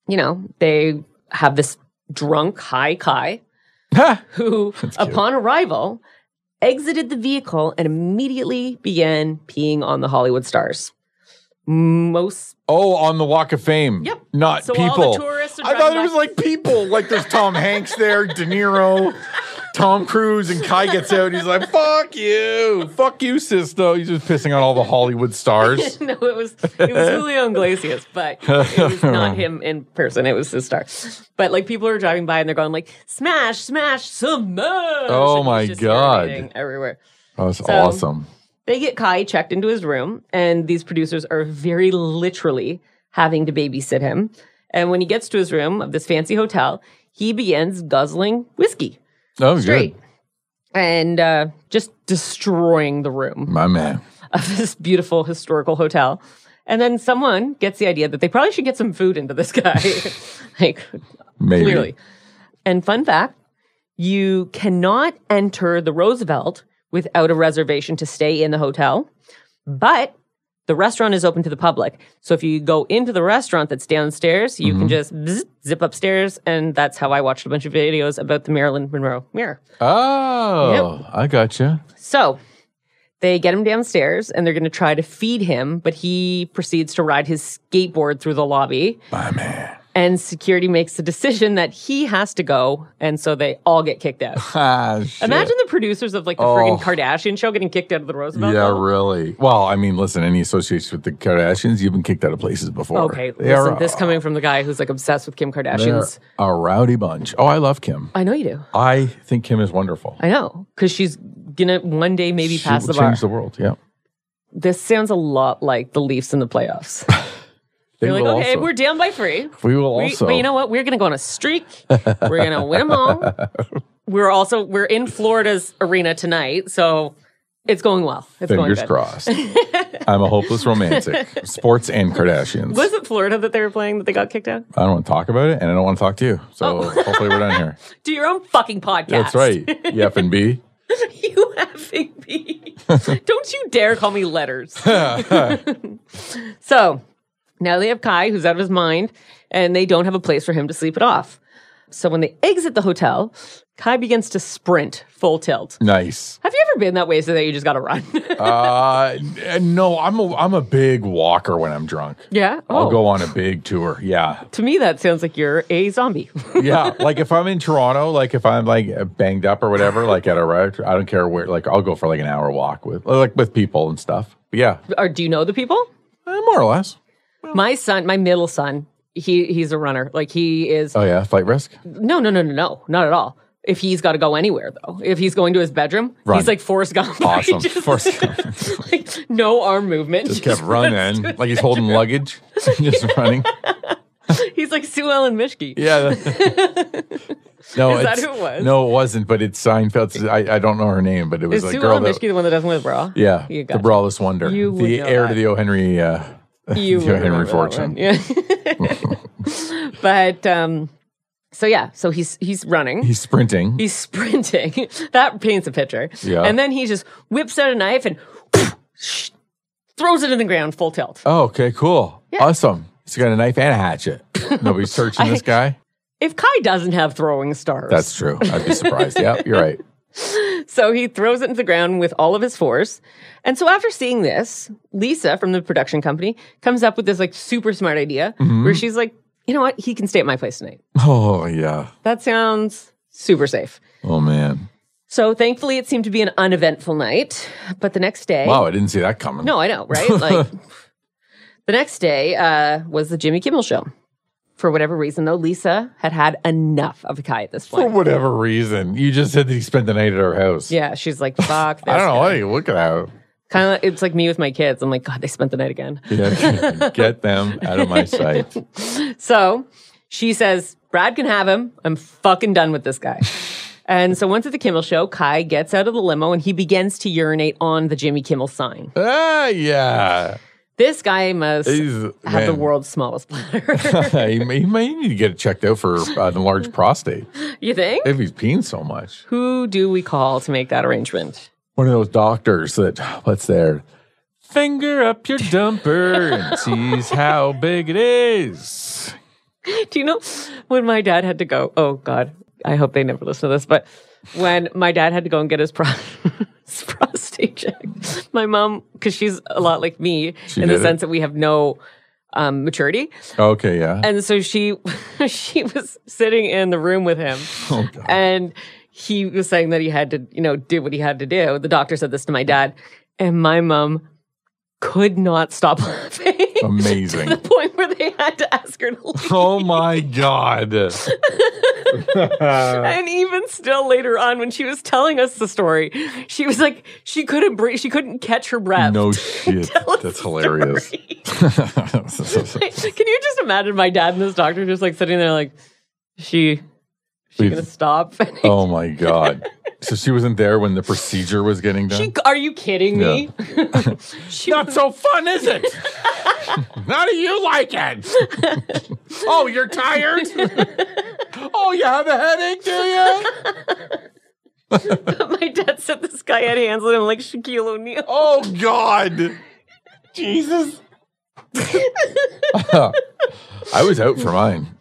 Speaker 1: you know, they have this drunk high Kai
Speaker 2: Ha!
Speaker 1: who, upon arrival, exited the vehicle and immediately began peeing on the Hollywood stars. Most
Speaker 2: Oh, on the Walk of Fame.
Speaker 1: Yep.
Speaker 2: Not
Speaker 1: So all
Speaker 2: people.
Speaker 1: the tourists are
Speaker 2: I thought it
Speaker 1: driving
Speaker 2: was
Speaker 1: by-
Speaker 2: like people. Like there's Tom Hanks there, De Niro, Tom Cruise, and Kai gets out. And he's like, "Fuck you, fuck you, Sisto." He's just pissing on all the Hollywood stars.
Speaker 1: no, it was it was Julio Iglesias, but it was not him in person. It was his star. But like people are driving by and they're going like smash, smash, smash. And
Speaker 2: Oh,
Speaker 1: he's
Speaker 2: my
Speaker 1: just
Speaker 2: God.
Speaker 1: urinating everywhere.
Speaker 2: That was awesome.
Speaker 1: They get Kai checked into his room, and these producers are very literally having to babysit him. And when he gets to his room of this fancy hotel, he begins guzzling whiskey
Speaker 2: That was
Speaker 1: straight
Speaker 2: good,
Speaker 1: and uh, just destroying the room
Speaker 2: my man.
Speaker 1: of this beautiful historical hotel. And then someone gets the idea that they probably should get some food into this guy. like,
Speaker 2: Maybe.
Speaker 1: clearly. And fun fact you cannot enter the Roosevelt without a reservation to stay in the hotel, but the restaurant is open to the public. So if you go into the restaurant that's downstairs, you can just bzz, zip upstairs. And that's how I watched a bunch of videos about the Marilyn Monroe mirror.
Speaker 2: Oh, I gotcha.
Speaker 1: So they get him downstairs and they're going to try to feed him, but he proceeds to ride his skateboard through the lobby.
Speaker 2: My man.
Speaker 1: And security makes the decision that he has to go, and so they all get kicked out.
Speaker 2: Ah, shit.
Speaker 1: Imagine the producers of like the
Speaker 2: Oh.
Speaker 1: friggin' Kardashian show getting kicked out of the Roosevelt.
Speaker 2: Yeah,
Speaker 1: Hotel.
Speaker 2: really. Well, I mean, listen, any association with the Kardashians, you've been kicked out of places before.
Speaker 1: Okay,
Speaker 2: They are
Speaker 1: listen, this
Speaker 2: a-
Speaker 1: coming from the guy who's like obsessed with Kim
Speaker 2: they're
Speaker 1: Kardashian's.
Speaker 2: a rowdy bunch. Oh, I love Kim.
Speaker 1: I know you do.
Speaker 2: I think Kim is wonderful.
Speaker 1: I know because she's gonna one day maybe
Speaker 2: She
Speaker 1: pass
Speaker 2: will
Speaker 1: the bar.
Speaker 2: Change the world. Yeah.
Speaker 1: this sounds a lot like the Leafs in the playoffs.
Speaker 2: They
Speaker 1: You're like,
Speaker 2: will
Speaker 1: okay,
Speaker 2: also-
Speaker 1: we're down by three.
Speaker 2: we will
Speaker 1: We-
Speaker 2: also.
Speaker 1: but you know what? We're going to go on a streak. We're going to win them all. We're also we're in Florida's arena tonight, so it's going well. It's going
Speaker 2: fingers
Speaker 1: good.
Speaker 2: crossed. I'm a hopeless romantic. Sports and Kardashians.
Speaker 1: Was it Florida that they were playing that they got kicked out?
Speaker 2: I don't want to talk about it, and I don't want to talk to you.
Speaker 1: Oh.
Speaker 2: So hopefully we're done here.
Speaker 1: Do your own fucking podcast.
Speaker 2: That's right. Yep and B.
Speaker 1: you having me? Don't you dare call me letters. so now they have Kai, who's out of his mind, and they don't have a place for him to sleep it off. So when they exit the hotel, Kai begins to sprint full tilt.
Speaker 2: Mm. Nice.
Speaker 1: Have you ever been that way so that you just gotta run?
Speaker 2: Uh, n- no, I'm a I'm a big walker when I'm drunk.
Speaker 1: yeah. Oh.
Speaker 2: I'll go on a big tour. Yeah.
Speaker 1: To me, that sounds like you're a zombie.
Speaker 2: Yeah. like if I'm in Toronto, like if I'm like banged up or whatever, like at a restaurant, I don't care where, like I'll go for like an hour walk with like with people and stuff. But yeah.
Speaker 1: or do you know the people?
Speaker 2: eh, More or less.
Speaker 1: My son, my middle son, he he's a runner. Like he is
Speaker 2: Oh yeah. Flight risk.
Speaker 1: No, no, no, no, no, not at all. If he's got to go anywhere though, if he's going to his bedroom,
Speaker 2: Run.
Speaker 1: he's like Forrest Gump.
Speaker 2: Awesome.
Speaker 1: He just-
Speaker 2: First
Speaker 1: like, no arm movement.
Speaker 2: just kept running. Like he's holding luggage. just running.
Speaker 1: He's like Sue Ellen Mishke.
Speaker 2: Yeah. that- no,
Speaker 1: Is that
Speaker 2: it's-
Speaker 1: who it was?
Speaker 2: No, it wasnn't, but it's Seinfeld's I, I don't know her name, but it was
Speaker 1: Is
Speaker 2: a
Speaker 1: Sue
Speaker 2: girl
Speaker 1: Ellen
Speaker 2: that
Speaker 1: Mishke the one that doesn't wear a bra?
Speaker 2: Yeah,
Speaker 1: You
Speaker 2: the
Speaker 1: gotcha.
Speaker 2: Brawless Wonder,
Speaker 1: You would
Speaker 2: the
Speaker 1: know
Speaker 2: heir
Speaker 1: that.
Speaker 2: to the O. Henry, uh,
Speaker 1: You
Speaker 2: the
Speaker 1: would
Speaker 2: O. Henry
Speaker 1: remember that one.
Speaker 2: fortune.
Speaker 1: Yeah. but um, so yeah, so he's he's running.
Speaker 2: He's sprinting.
Speaker 1: He's sprinting. that paints a picture.
Speaker 2: Yeah.
Speaker 1: And then he just whips out a knife and sh- throws it in the ground full tilt.
Speaker 2: oh, okay, cool, awesome. He's got a knife and a hatchet. Nobody's searching this guy.
Speaker 1: If Kai doesn't have throwing stars,
Speaker 2: That's true. I'd be surprised. yeah, you're right.
Speaker 1: So he throws it into the ground with all of his force. And so after seeing this, Lisa from the production company comes up with this like super smart idea
Speaker 2: Mm-hmm.
Speaker 1: where she's like, you know what? He can stay at my place tonight.
Speaker 2: Oh yeah.
Speaker 1: That sounds super safe.
Speaker 2: Oh man.
Speaker 1: So thankfully, it seemed to be an uneventful night. But the next day,
Speaker 2: Wow, I didn't see that coming.
Speaker 1: no, I know, right? Like the next day uh, was the Jimmy Kimmel show. For whatever reason, though, Lisa had had enough of Kai at this
Speaker 2: For
Speaker 1: point.
Speaker 2: whatever reason, you just said that he spent the night at our house.
Speaker 1: Yeah, she's like, fuck this.
Speaker 2: I don't know. Hey, look at that.
Speaker 1: Kind of, it's like me with my kids. I'm like, God, they spent the night again.
Speaker 2: Yeah, get them out of my sight.
Speaker 1: So she says, Brad can have him. I'm fucking done with this guy. and so once at the Kimmel show, Kai gets out of the limo and he begins to urinate on the Jimmy Kimmel sign.
Speaker 2: Ah, yeah.
Speaker 1: This guy must
Speaker 2: He's,
Speaker 1: have the
Speaker 2: man.
Speaker 1: world's smallest bladder.
Speaker 2: he, may, he may need to get it checked out for uh, an enlarged prostate
Speaker 1: you think?
Speaker 2: if he's peeing so much.
Speaker 1: Who do we call to make that arrangement?
Speaker 2: one of those doctors that what's there finger up your dumper and sees how big it is
Speaker 1: Do you know when my dad had to go? Oh God, I hope they never listen to this. But when my dad had to go and get his, pro- his prostate checked, my mom, because she's a lot like me
Speaker 2: She
Speaker 1: in the
Speaker 2: did it?
Speaker 1: sense that we have no um, maturity,
Speaker 2: okay yeah
Speaker 1: and so she she was sitting in the room with him,
Speaker 2: oh, God.
Speaker 1: and he was saying that he had to, you know, do what he had to do. The doctor said this to my dad, and my mom could not stop laughing.
Speaker 2: amazing
Speaker 1: to the point where they had to ask her to leave.
Speaker 2: oh my god Uh.
Speaker 1: and even still later on when she was telling us the story she was like she couldn't breathe she couldn't catch her breath
Speaker 2: no shit
Speaker 1: Tell us
Speaker 2: that's
Speaker 1: the
Speaker 2: hilarious
Speaker 1: story. can you just imagine my dad and this doctor just like sitting there like is she is she
Speaker 2: We've-
Speaker 1: gonna stop
Speaker 2: oh my god so she wasn't there when the procedure was getting done
Speaker 1: She- are you kidding me she,
Speaker 2: not so fun is it how do you like it oh you're tired oh you have a headache do you
Speaker 1: my dad said this guy had hands on him like shaquille o'neal
Speaker 2: Oh God, Jesus! I was out for mine.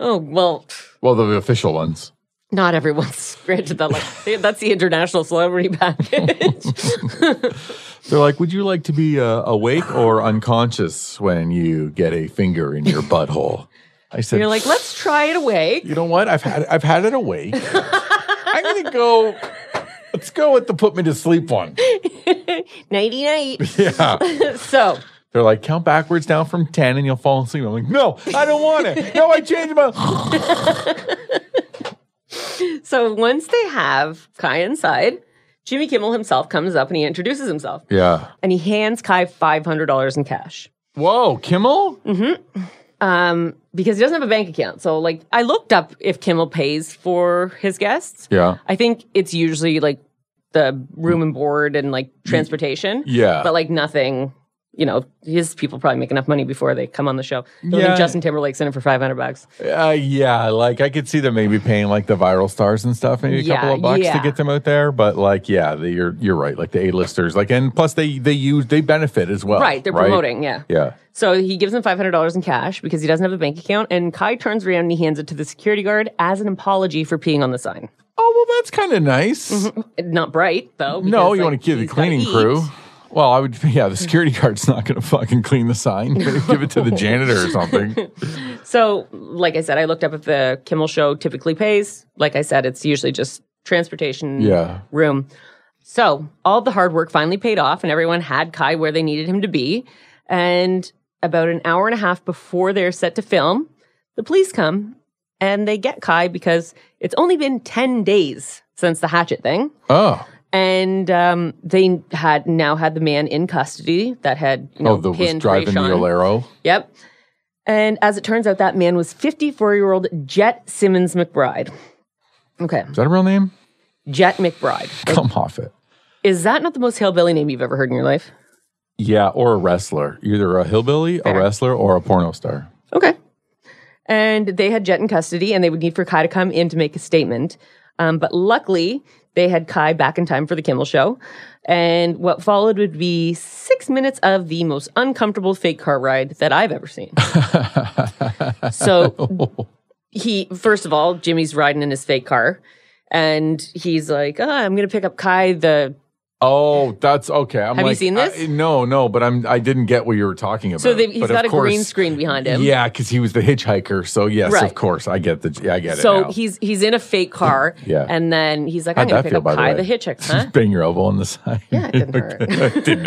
Speaker 1: oh well
Speaker 2: Well, the official ones.
Speaker 1: not everyone's granted that like that's the international celebrity package
Speaker 2: They're like, would you like to be uh, awake or unconscious when you get a finger in your butthole? I said,
Speaker 1: You're like, let's try it away.
Speaker 2: you know what? I've had I've had it awake. I'm gonna go. Let's go with the put me to sleep one.
Speaker 1: Nighty night.
Speaker 2: Yeah.
Speaker 1: so
Speaker 2: They're like, count backwards down from 10 and you'll fall asleep. I'm like, no, I don't want it. No, I changed my.
Speaker 1: so once they have Kai inside, Jimmy Kimmel himself comes up and he introduces himself
Speaker 2: Yeah.
Speaker 1: and he hands Kai five hundred dollars in cash.
Speaker 2: Whoa, Kimmel?
Speaker 1: Um, because he doesn't have a bank account. So like I looked up if Kimmel pays for his guests.
Speaker 2: Yeah.
Speaker 1: I think it's usually like the room and board and like transportation.
Speaker 2: Yeah.
Speaker 1: But like nothing, you know, his people probably make enough money before they come on the show. I don't
Speaker 2: Yeah.
Speaker 1: think Justin Timberlake's in it for 500 bucks.
Speaker 2: Uh, yeah, like I could see them maybe paying like the viral stars and stuff, maybe a
Speaker 1: Yeah,
Speaker 2: couple of bucks
Speaker 1: yeah.
Speaker 2: to get them out there. But like, yeah, the, you're you're right. Like the A-listers, like, and plus they they use they benefit as well.
Speaker 1: right. They're promoting. Yeah.
Speaker 2: Yeah.
Speaker 1: So he gives him $500 in cash because he doesn't have a bank account. And Kai turns around and he hands it to the security guard as an apology for peeing on the sign.
Speaker 2: Oh well, that's kind of nice.
Speaker 1: Mm-hmm. Not bright, though.
Speaker 2: No,
Speaker 1: because,
Speaker 2: you
Speaker 1: like,
Speaker 2: want to give the
Speaker 1: he's gotta
Speaker 2: cleaning
Speaker 1: eat.
Speaker 2: crew. Well, I would. Yeah, the security guard's not going to fucking clean the sign. give it to the janitor or something.
Speaker 1: So, like I said, I looked up if the Kimmel show typically pays. Like I said, it's usually just transportation
Speaker 2: Yeah.
Speaker 1: room. So, all the hard work finally paid off, and everyone had Kai where they needed him to be. And about an hour and a half before they're set to film, the police come and they get Kai because it's only been 10 days since the hatchet thing.
Speaker 2: Oh,
Speaker 1: And um, they had now had the man in custody that had you know,
Speaker 2: oh, the was
Speaker 1: pinned
Speaker 2: driving the
Speaker 1: Rayshawn.
Speaker 2: Olero.
Speaker 1: Yep. And as it turns out, that man was 54 year old Jet Simmons McBride. Okay.
Speaker 2: Is that a real name?
Speaker 1: Jet McBride.
Speaker 2: Come off it.
Speaker 1: Is that not the most hillbilly name you've ever heard in your life?
Speaker 2: Yeah, or a wrestler, either a hillbilly, a wrestler, or a porno star.
Speaker 1: Okay. And they had Jet in custody and they would need for Kai to come in to make a statement. Um, but luckily, they had Kai back in time for the Kimmel show. And what followed would be six minutes of the most uncomfortable fake car ride that I've ever seen. so he, first of all, Jimmy's riding in his fake car and he's like, "Ah, I'm going to pick up Kai, the
Speaker 2: Oh, that's okay. I'm
Speaker 1: Have you
Speaker 2: like,
Speaker 1: seen this?
Speaker 2: I- no, no, but I'm. I didn't get what you were talking about.
Speaker 1: So they, he's
Speaker 2: But of
Speaker 1: got a green
Speaker 2: course-
Speaker 1: screen behind him.
Speaker 2: Yeah, because he was the hitchhiker. So yes,
Speaker 1: Right.
Speaker 2: of course, I get the. yeah, I get it.
Speaker 1: So
Speaker 2: now.
Speaker 1: he's he's in a fake car.
Speaker 2: Yeah.
Speaker 1: And then he's like, I'm
Speaker 2: How'd
Speaker 1: gonna
Speaker 2: that
Speaker 1: pick
Speaker 2: feel,
Speaker 1: up
Speaker 2: by the
Speaker 1: Kai the
Speaker 2: way?
Speaker 1: Hitchhick, huh?
Speaker 2: bang your elbow on the side.
Speaker 1: yeah, it didn't hurt.
Speaker 2: didn't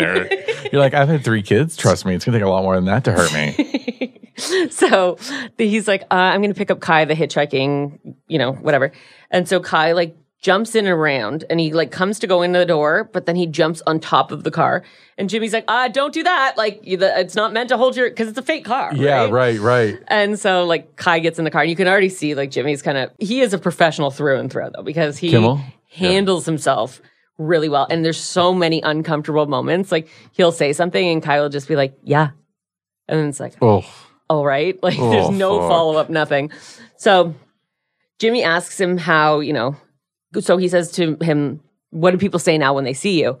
Speaker 2: hurt. You're like, I've had three kids. Trust me, it's gonna take a lot more than that to hurt me.
Speaker 1: so the- he's like, uh, I'm going to pick up Kai, the hitchhiking, you know, whatever. And so Kai like jumps in and around and he like comes to go into the door, but then he jumps on top of the car. And Jimmy's like, ah, don't do that. Like, you- the, it's not meant to hold your, because it's a fake car.
Speaker 2: yeah, right, right.
Speaker 1: And so like Kai gets in the car and you can already see like Jimmy's kind of, he is a professional through and through though, because he
Speaker 2: Kimmel?
Speaker 1: handles himself really well. And there's so many uncomfortable moments. Like he'll say something and Kai will just be like, yeah. And then it's like,
Speaker 2: Oh,
Speaker 1: all right. Like
Speaker 2: Oh,
Speaker 1: there's no
Speaker 2: fuck.
Speaker 1: follow up, nothing. So Jimmy asks him how, you know, so he says to him, What do people say now when they see you?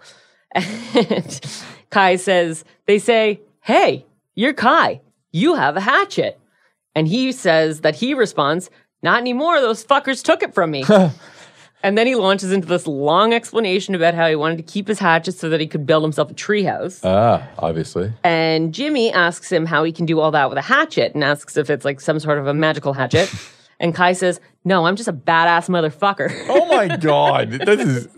Speaker 1: And Kai says, They say, Hey, you're Kai. You have a hatchet. And he says that he responds, Not anymore. Those fuckers took it from me. and then he launches into this long explanation about how he wanted to keep his hatchet so that he could build himself a treehouse.
Speaker 2: ah, obviously.
Speaker 1: And Jimmy asks him how he can do all that with a hatchet and asks if it's like some sort of a magical hatchet. and Kai says, No, I'm just a badass motherfucker.
Speaker 2: Oh my god, this is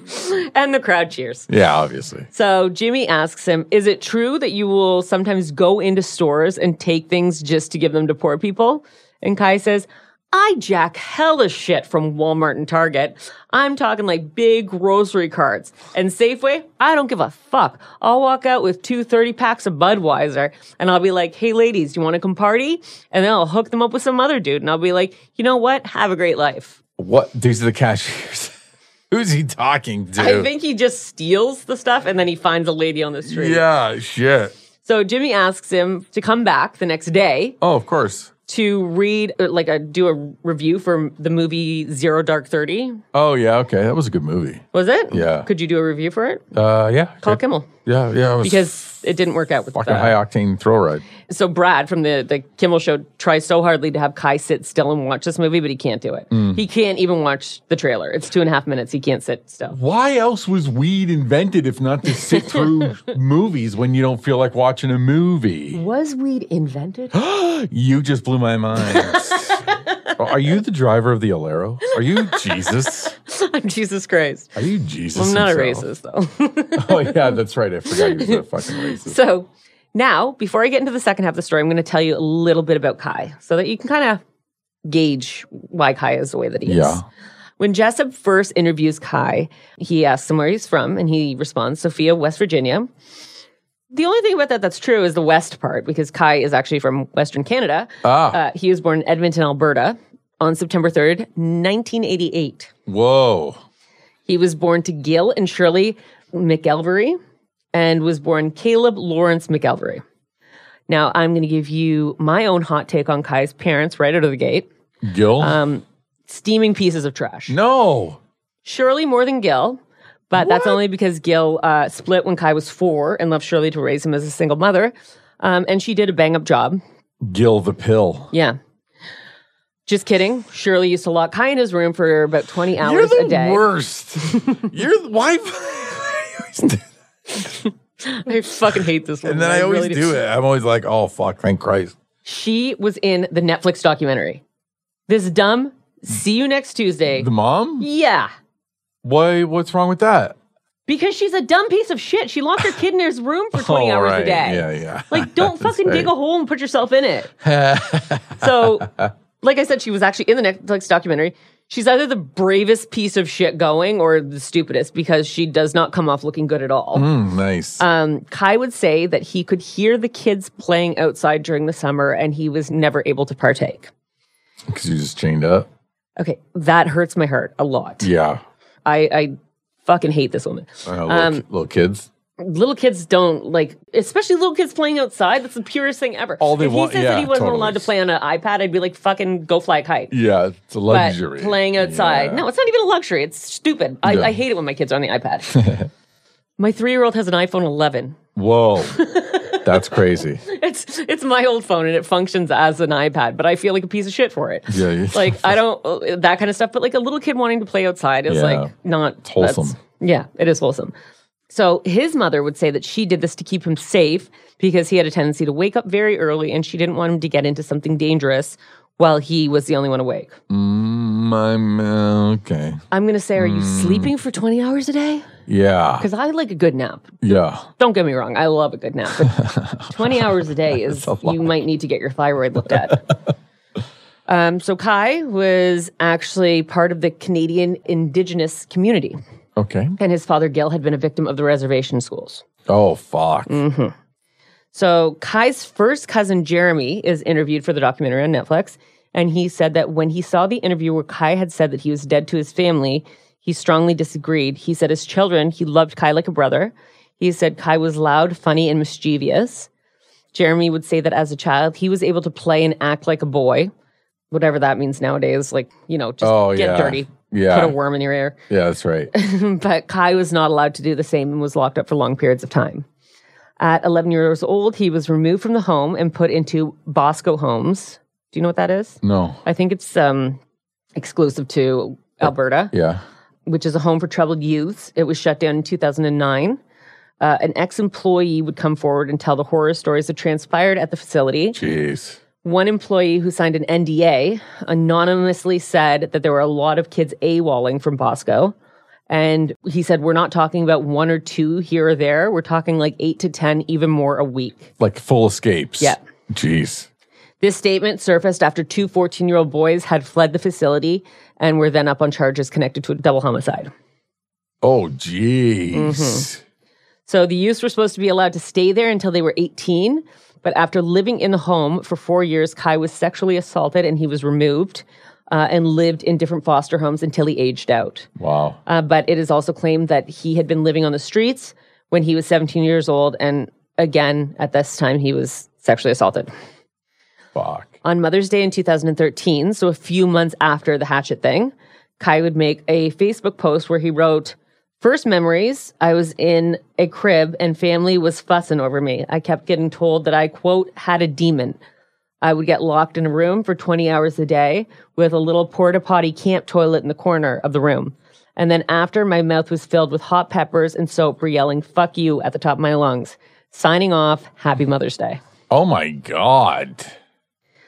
Speaker 1: and the crowd cheers.
Speaker 2: yeah, obviously.
Speaker 1: So Jimmy asks him, Is it true that you will sometimes go into stores and take things just to give them to poor people? And Kai says, I jack hella shit from Walmart and Target. I'm talking like big grocery carts. And Safeway, I don't give a fuck. I'll walk out with two 30 packs of Budweiser and I'll be like, hey ladies, you wanna come party? And then I'll hook them up with some other dude and I'll be like, you know what? Have a great life.
Speaker 2: What? These are the cashiers. Who's he talking to?
Speaker 1: I think he just steals the stuff and then he finds a lady on the street.
Speaker 2: yeah, shit.
Speaker 1: So Jimmy asks him to come back the next day
Speaker 2: Oh, of course.
Speaker 1: to read, uh, like, a, do a review for the movie Zero Dark Thirty.
Speaker 2: Oh yeah, okay. That was a good movie.
Speaker 1: Was it?
Speaker 2: Yeah.
Speaker 1: Could you do a review for it?
Speaker 2: Uh, yeah.
Speaker 1: Paul
Speaker 2: good.
Speaker 1: Kimmel,
Speaker 2: Yeah, yeah. it was-
Speaker 1: because it didn't work out with
Speaker 2: Fucking
Speaker 1: that.
Speaker 2: high octane thrill ride.
Speaker 1: So Brad from the the Kimmel Show tries so hardly to have Kai sit still and watch this movie, but he can't do it. He can't even watch the trailer. It's two and a half minutes. He can't sit still.
Speaker 2: Why else was weed invented if not to sit through movies when you don't feel like watching a movie?
Speaker 1: Was weed invented?
Speaker 2: You just blew my mind. Are you the driver of the Alero? Are you Jesus?
Speaker 1: Jesus Christ!
Speaker 2: Are you Jesus?
Speaker 1: I'm not a
Speaker 2: himself?
Speaker 1: racist though.
Speaker 2: Oh yeah, that's right. I forgot you were a fucking racist.
Speaker 1: so now, before I get into the second half of the story, I'm going to tell you a little bit about Kai, so that you can kind of gauge why Kai is the way that he
Speaker 2: Yeah.
Speaker 1: is. When Jessup first interviews Kai, he asks him where he's from, and he responds, Sophia, West Virginia. The only thing about that that's true is the West part, because Kai is actually from Western Canada.
Speaker 2: Ah,
Speaker 1: Uh, he was born in Edmonton, Alberta on September 3rd, 1988.
Speaker 2: whoa.
Speaker 1: He was born to Gil and Shirley McElvery and was born Caleb Lawrence McElvery. Now, I'm going to give you my own hot take on Kai's parents right out of the gate
Speaker 2: Gil?
Speaker 1: Um, steaming pieces of trash.
Speaker 2: no.
Speaker 1: Shirley more than Gil, but that's only because Gil uh, split when Kai was four and left Shirley to raise him as a single mother. Um, and she did a bang up job.
Speaker 2: Gil the pill.
Speaker 1: Yeah. Just kidding. Shirley used to lock Kai in his room for about 20 hours
Speaker 2: You're the
Speaker 1: a day.
Speaker 2: worst. You're why?
Speaker 1: I fucking hate this one.
Speaker 2: and then I, always do it. I'm always like, oh fuck, thank Christ.
Speaker 1: She was in the Netflix documentary. This dumb, see you next Tuesday.
Speaker 2: The mom?
Speaker 1: yeah.
Speaker 2: Why? What's wrong with that?
Speaker 1: Because she's a dumb piece of shit. She locked her kid in his room for 20
Speaker 2: All
Speaker 1: hours a
Speaker 2: Oh, right.
Speaker 1: day.
Speaker 2: Yeah, yeah.
Speaker 1: Like, don't fucking dig a hole and put yourself in it. so, like I said, she was actually in the Netflix documentary. She's either the bravest piece of shit going or the stupidest because she does not come off looking good at all.
Speaker 2: Mm, nice.
Speaker 1: Um, Kai would say that he could hear the kids playing outside during the summer and he was never able to partake.
Speaker 2: Because you just chained up.
Speaker 1: Okay, that hurts my heart a lot.
Speaker 2: Yeah.
Speaker 1: I, I fucking hate this woman.
Speaker 2: Uh, little,
Speaker 1: Um,
Speaker 2: ki- little kids.
Speaker 1: little kids don't like, especially little kids playing outside. That's the purest thing ever.
Speaker 2: All they
Speaker 1: if
Speaker 2: want-
Speaker 1: He says
Speaker 2: yeah,
Speaker 1: that he wasn't
Speaker 2: totally.
Speaker 1: allowed to play on an iPad. I'd be like, fucking go fly a kite.
Speaker 2: Yeah, it's a
Speaker 1: But
Speaker 2: luxury.
Speaker 1: playing outside,
Speaker 2: Yeah.
Speaker 1: no, it's not even a luxury. It's stupid. I,
Speaker 2: Yeah.
Speaker 1: I hate it when my kids are on the iPad. my three-year-old has an iPhone 11.
Speaker 2: Whoa. That's crazy.
Speaker 1: It's it's my old phone and it functions as an iPad, but I feel like a piece of shit for it.
Speaker 2: Yeah, you-
Speaker 1: like I don't uh, that kind of stuff. But like a little kid wanting to play outside is
Speaker 2: Yeah.
Speaker 1: like not that's-
Speaker 2: wholesome.
Speaker 1: Yeah, it is wholesome. So his mother would say that she did this to keep him safe because he had a tendency to wake up very early, and she didn't want him to get into something dangerous while he was the only one awake.
Speaker 2: Mm, I'm uh, okay.
Speaker 1: I'm gonna say, are you
Speaker 2: Hmm.
Speaker 1: sleeping for 20 hours a day?
Speaker 2: Yeah.
Speaker 1: Because I like a good nap.
Speaker 2: Yeah.
Speaker 1: Don't get me wrong, I love a good nap. But 20 hours a day is you might need to get your thyroid looked at. Um, so Kai was actually part of the Canadian Indigenous community,
Speaker 2: Okay.
Speaker 1: and his father Gil had been a victim of the reservation schools.
Speaker 2: Oh fuck.
Speaker 1: Mm-hmm. So Kai's first cousin Jeremy is interviewed for the documentary on Netflix, and he said that when he saw the interview where Kai had said that he was dead to his family, he strongly disagreed. He said as children, he loved Kai like a brother. He said Kai was loud, funny, and mischievous. Jeremy would say that as a child, he was able to play and act like a boy, whatever that means nowadays. Like, you know, just
Speaker 2: Oh,
Speaker 1: get
Speaker 2: yeah.
Speaker 1: dirty,
Speaker 2: Yeah.
Speaker 1: put a worm in your ear
Speaker 2: Yeah, that's right.
Speaker 1: but Kai was not allowed to do the same and was locked up for long periods of time. At 11 years old, he was removed from the home and put into Bosco Homes. Do you know what that is?
Speaker 2: No.
Speaker 1: I think it's um, exclusive to Alberta,
Speaker 2: Yeah.
Speaker 1: which is a home for troubled youths. It was shut down in 2009. Uh, an ex employee would come forward and tell the horror stories that transpired at the facility.
Speaker 2: Jeez.
Speaker 1: One employee who signed an NDA anonymously said that there were a lot of kids AWOLing from Bosco. And he said, We're not talking about one or two here or there. We're talking like eight to 10, even more a week.
Speaker 2: Like full escapes.
Speaker 1: Yeah.
Speaker 2: Jeez.
Speaker 1: This statement surfaced after two 14 year old boys had fled the facility and were then up on charges connected to a double homicide.
Speaker 2: Oh jeez.
Speaker 1: Mm-hmm. So the youths were supposed to be allowed to stay there until they were 18. But after living in the home for four years, Kai was sexually assaulted and he was removed uh, and lived in different foster homes until he aged out.
Speaker 2: Wow.
Speaker 1: Uh, but it is also claimed that he had been living on the streets when he was 17 years old. And again, at this time, he was sexually assaulted.
Speaker 2: Fuck.
Speaker 1: On Mother's Day in 2013, so a few months after the hatchet thing, Kai would make a Facebook post where he wrote, First memories, I was in a crib and family was fussing over me. I kept getting told that I, quote, had a demon. I would get locked in a room for 20 hours a day with a little porta potty camp toilet in the corner of the room. And then after, my mouth was filled with hot peppers and soap for yelling, fuck you, at the top of my lungs. Signing off, happy Mother's Day.
Speaker 2: Oh my god.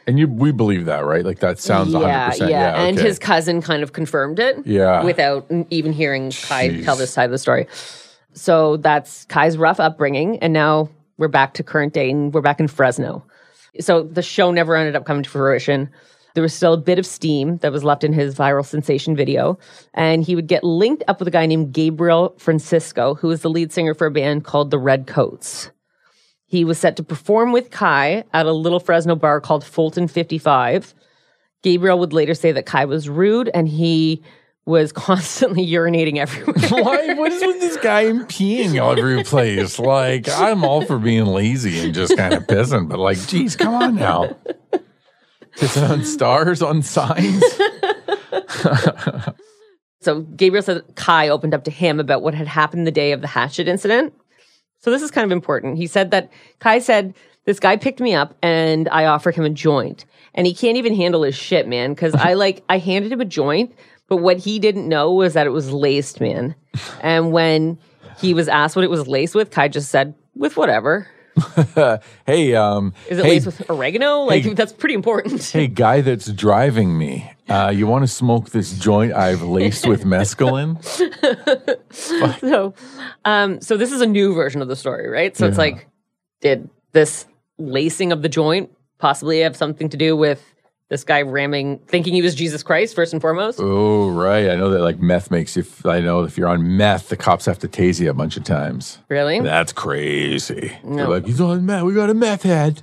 Speaker 2: And you, we believe that, right? Like that sounds one hundred percent. Yeah,
Speaker 1: And
Speaker 2: okay.
Speaker 1: his cousin kind of confirmed it
Speaker 2: Yeah.
Speaker 1: without n- even hearing Kai
Speaker 2: Jeez.
Speaker 1: tell this side of the story. So that's Kai's rough upbringing. And now we're back to current day and we're back in Fresno. So the show never ended up coming to fruition. There was still a bit of steam that was left in his viral sensation video. And he would get linked up with a guy named Gabriel Francisco, who was the lead singer for a band called the Red Coats. He was set to perform with Kai at a little Fresno bar called Fulton 55. Gabriel would later say that Kai was rude and he was constantly urinating everywhere.
Speaker 2: Why? What is with this guy peeing all over the place? Like, I'm all for being lazy and just kind of pissing, but like, geez, come on now. Pissing on stars, on signs.
Speaker 1: so Gabriel said that Kai opened up to him about what had happened the day of the hatchet incident. So this is kind of important. He said that Kai said, This guy picked me up and I offered him a joint. And he can't even handle his shit, man, because I like I handed him a joint, but what he didn't know was that it was laced, man. And when he was asked what it was laced with, Kai just said, with whatever.
Speaker 2: hey, um,
Speaker 1: Is it
Speaker 2: hey,
Speaker 1: laced with oregano? Like
Speaker 2: hey.
Speaker 1: that's pretty important.
Speaker 2: hey, guy that's driving me. Uh, you want to smoke this joint I've laced with mescaline?
Speaker 1: so um so this is a new version of the story right so it's like did this lacing of the joint possibly have something to do with this guy ramming thinking he was jesus christ first and foremost
Speaker 2: Oh, right. I know that like meth makes you. F- I know if you're on meth, the cops have to tase you a bunch of times.
Speaker 1: really
Speaker 2: That's crazy. They're
Speaker 1: No.
Speaker 2: like, he's on meth. We got a meth head.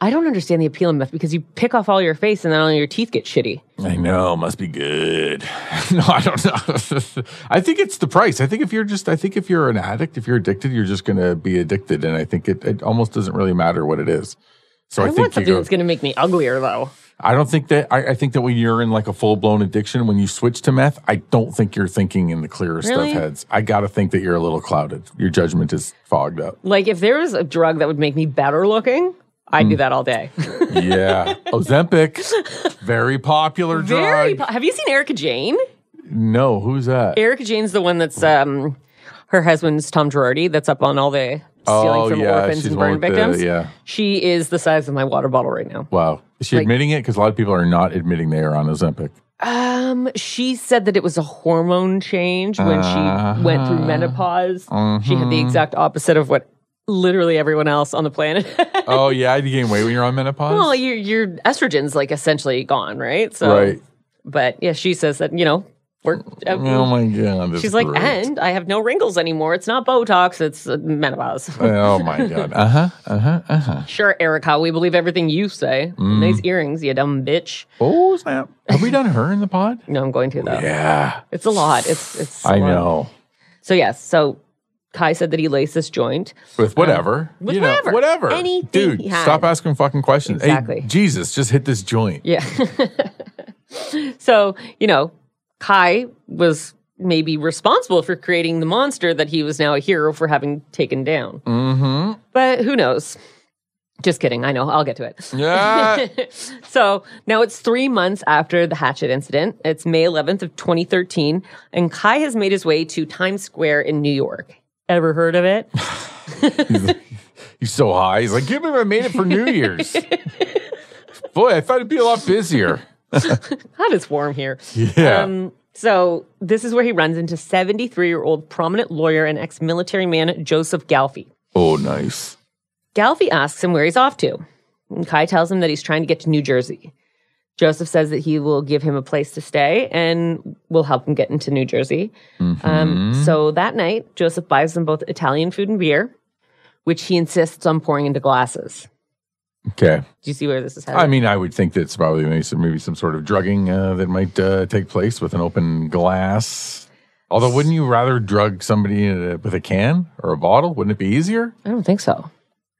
Speaker 1: i don't understand the appeal of meth because you pick off all your face and then all your teeth get shitty
Speaker 2: I know, must be good. no, I don't know. I think it's the price. I think if you're just, I think if you're an addict, if you're addicted, you're just going to be addicted. And I think it, it almost doesn't really matter what it is. So I,
Speaker 1: i, want
Speaker 2: think you
Speaker 1: something
Speaker 2: go,
Speaker 1: that's going to make me uglier though
Speaker 2: I don't think that, I, I think that when you're in like a full blown addiction, when you switch to meth, I don't think you're thinking in the clearest
Speaker 1: Really?
Speaker 2: of heads. I got to think that you're a little clouded. Your judgment is fogged up.
Speaker 1: like if there was a drug that would make me better looking i'd
Speaker 2: Mm.
Speaker 1: do that all day
Speaker 2: yeah. Ozempic, very popular drug.
Speaker 1: very po- have you seen erica jane
Speaker 2: no, who's that?
Speaker 1: Erica Jane's the one that's um her husband's Tom Girardi that's up on all the stealing
Speaker 2: Oh,
Speaker 1: from
Speaker 2: yeah,
Speaker 1: orphans
Speaker 2: she's
Speaker 1: and
Speaker 2: the one
Speaker 1: burn
Speaker 2: with the-
Speaker 1: victims.
Speaker 2: yeah.
Speaker 1: She is the size of my water bottle right now.
Speaker 2: Wow. Is she admitting it? Because a lot of people are not admitting they are on Ozempic.
Speaker 1: Um, she said that it was a hormone change when she went
Speaker 2: Uh-huh.
Speaker 1: through menopause. She had the exact opposite of what literally everyone else on the planet.
Speaker 2: oh, yeah. I gain weight when you're on menopause.
Speaker 1: well, your your estrogen's like essentially gone, right? So
Speaker 2: right.
Speaker 1: but yeah, she says that, you know, worked out.
Speaker 2: Oh, my God. that's
Speaker 1: She's like,
Speaker 2: great.
Speaker 1: and I have no wrinkles anymore. It's not Botox, it's uh, menopause.
Speaker 2: Oh, my God. Uh huh. Uh huh. Uh huh.
Speaker 1: Sure, Erica, we believe everything you say.
Speaker 2: Mm.
Speaker 1: Nice earrings, you dumb bitch.
Speaker 2: Oh, snap. Have we done her in the pod?
Speaker 1: No, I'm going to though.
Speaker 2: Yeah.
Speaker 1: It's a lot. It's it's. a
Speaker 2: I
Speaker 1: lot.
Speaker 2: know.
Speaker 1: So yes, so Kai said that he laced this joint.
Speaker 2: With whatever.
Speaker 1: Um, with
Speaker 2: you know,
Speaker 1: whatever.
Speaker 2: Whatever.
Speaker 1: Anything
Speaker 2: Dude,
Speaker 1: he had.
Speaker 2: stop asking fucking questions. Hey,
Speaker 1: Exactly.
Speaker 2: Jesus, just hit this joint.
Speaker 1: Yeah. so you know, Kai was maybe responsible for creating the monster that he was now a hero for having taken down.
Speaker 2: Mm
Speaker 1: But who knows? Just kidding. I know. I'll get to it.
Speaker 2: hmm. Yeah.
Speaker 1: so now it's three months after the hatchet incident. It's May 11th of 2013, and Kai has made his way to Times Square in New York. Ever heard of it?
Speaker 2: He's so high. He's like, can't believe I made it for New Year's. Boy, I thought it'd be a lot busier.
Speaker 1: Um, God, it's warm here.
Speaker 2: Yeah.
Speaker 1: Um, so this is where he runs into 73-year-old prominent lawyer and ex-military man Joseph Galfi.
Speaker 2: oh, nice.
Speaker 1: Galfi asks him where he's off to. And Kai tells him that he's trying to get to New Jersey. Joseph says that he will give him a place to stay and will help him get into New Jersey. Um, so that night, Joseph buys them both Italian food and beer, which he insists on pouring into glasses.
Speaker 2: Okay.
Speaker 1: Do you see where this is headed?
Speaker 2: I mean, I would think that's probably maybe some, maybe some sort of drugging uh, that might uh, take place with an open glass. Although, wouldn't you rather drug somebody in a, with a can or a bottle? Wouldn't it be easier?
Speaker 1: I don't think so.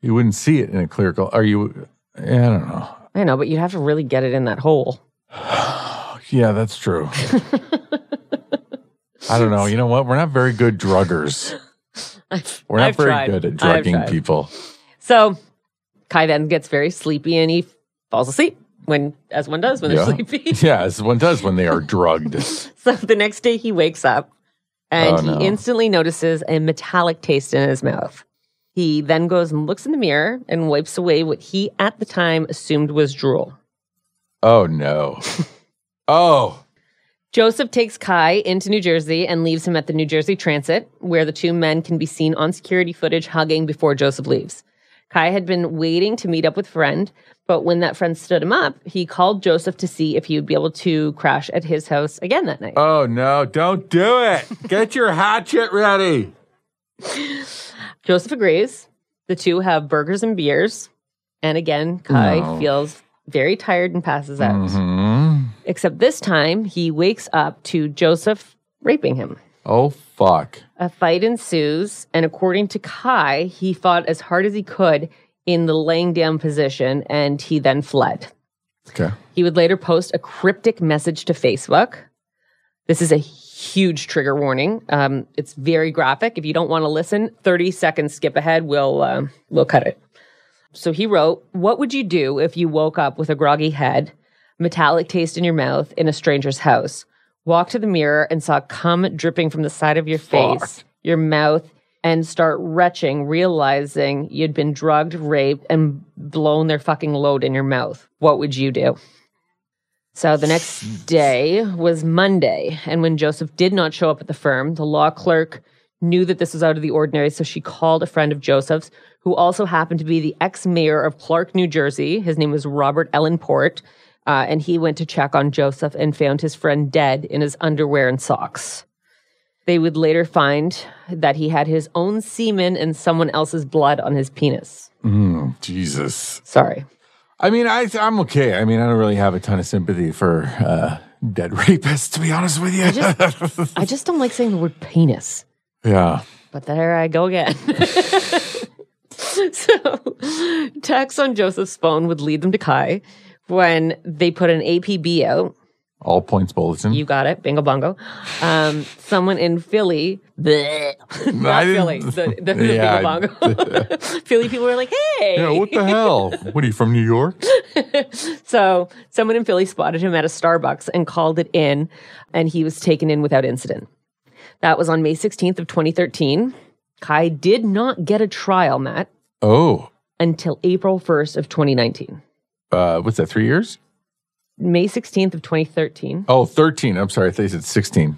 Speaker 2: You wouldn't see it in a clear glass. Are you? I don't know.
Speaker 1: I know, but you'd have to really get it in that hole.
Speaker 2: Yeah, that's true. I don't know. You know what? We're not very good druggers.
Speaker 1: I've-
Speaker 2: We're not
Speaker 1: I've
Speaker 2: very
Speaker 1: tried.
Speaker 2: good at
Speaker 1: I've
Speaker 2: drugging
Speaker 1: tried.
Speaker 2: people.
Speaker 1: So Kai then gets very sleepy and he falls asleep when, as one does when
Speaker 2: Yeah.
Speaker 1: they're sleepy.
Speaker 2: Yeah, as one does when they are drugged.
Speaker 1: so the next day he wakes up and
Speaker 2: Oh, no.
Speaker 1: he instantly notices a metallic taste in his mouth. He then goes and looks in the mirror and wipes away what he at the time assumed was drool.
Speaker 2: Oh no. Oh.
Speaker 1: Joseph takes Kai into New Jersey and leaves him at the New Jersey Transit, where the two men can be seen on security footage hugging before Joseph leaves. Kai had been waiting to meet up with friend, but when that friend stood him up, he called Joseph to see if he would be able to crash at his house again that night.
Speaker 2: Oh no. Don't do it. Get your hatchet ready.
Speaker 1: Joseph agrees. The two have burgers and beers, and again, Kai
Speaker 2: No.
Speaker 1: feels very tired and passes out.
Speaker 2: Mhm.
Speaker 1: Except this time, he wakes up to Joseph raping him.
Speaker 2: Oh fuck.
Speaker 1: A fight ensues, and according to Kai, he fought as hard as he could in the laying down position and he then fled.
Speaker 2: Okay.
Speaker 1: He would later post a cryptic message to Facebook. This is a huge trigger warning. Um, it's very graphic. If you don't want to listen, 30 seconds skip ahead. We'll, um we'll cut it. So he wrote, What would you do if you woke up with a groggy head, metallic taste in your mouth in a stranger's house, walked to the mirror and saw cum dripping from the side of your face, your mouth, and start retching, realizing you'd been drugged, raped, and blown their fucking load in your mouth? What would you do? So the next day was Monday. And when Joseph did not show up at the firm, the law clerk knew that this was out of the ordinary. So she called a friend of Joseph's, who also happened to be the ex mayor of Clark, New Jersey. His name was Robert Ellen Port. Uh, and he went to check on Joseph and found his friend dead in his underwear and socks. They would later find that he had his own semen and someone else's blood on his penis.
Speaker 2: Mm, Jesus.
Speaker 1: Sorry.
Speaker 2: I mean, I I'm okay. I mean, I don't really have a ton of sympathy for uh, dead rapists, to be honest with you.
Speaker 1: I just don't like saying the word penis.
Speaker 2: yeah.
Speaker 1: But there I go again. so, texts on Joseph's phone would lead them to Kai when they put an APB out.
Speaker 2: All points bulletin.
Speaker 1: You got it, bingo bongo. Um, someone in Philly, bleh, not
Speaker 2: I
Speaker 1: Philly, the,
Speaker 2: didn't-
Speaker 1: the the
Speaker 2: Yeah,
Speaker 1: bingo bongo. Philly people were like, hey.
Speaker 2: yeah, what the hell? what are you from New York?
Speaker 1: So, someone in Philly spotted him at a Starbucks and called it in, and he was taken in without incident. That was on May 16th of 2013. Kai did not get a trial, Matt.
Speaker 2: Oh,
Speaker 1: until April 1st of 2019.
Speaker 2: uh, what's that? Three years?
Speaker 1: May 16th of 2013
Speaker 2: Oh, 13. I'm sorry. I thought you said 16.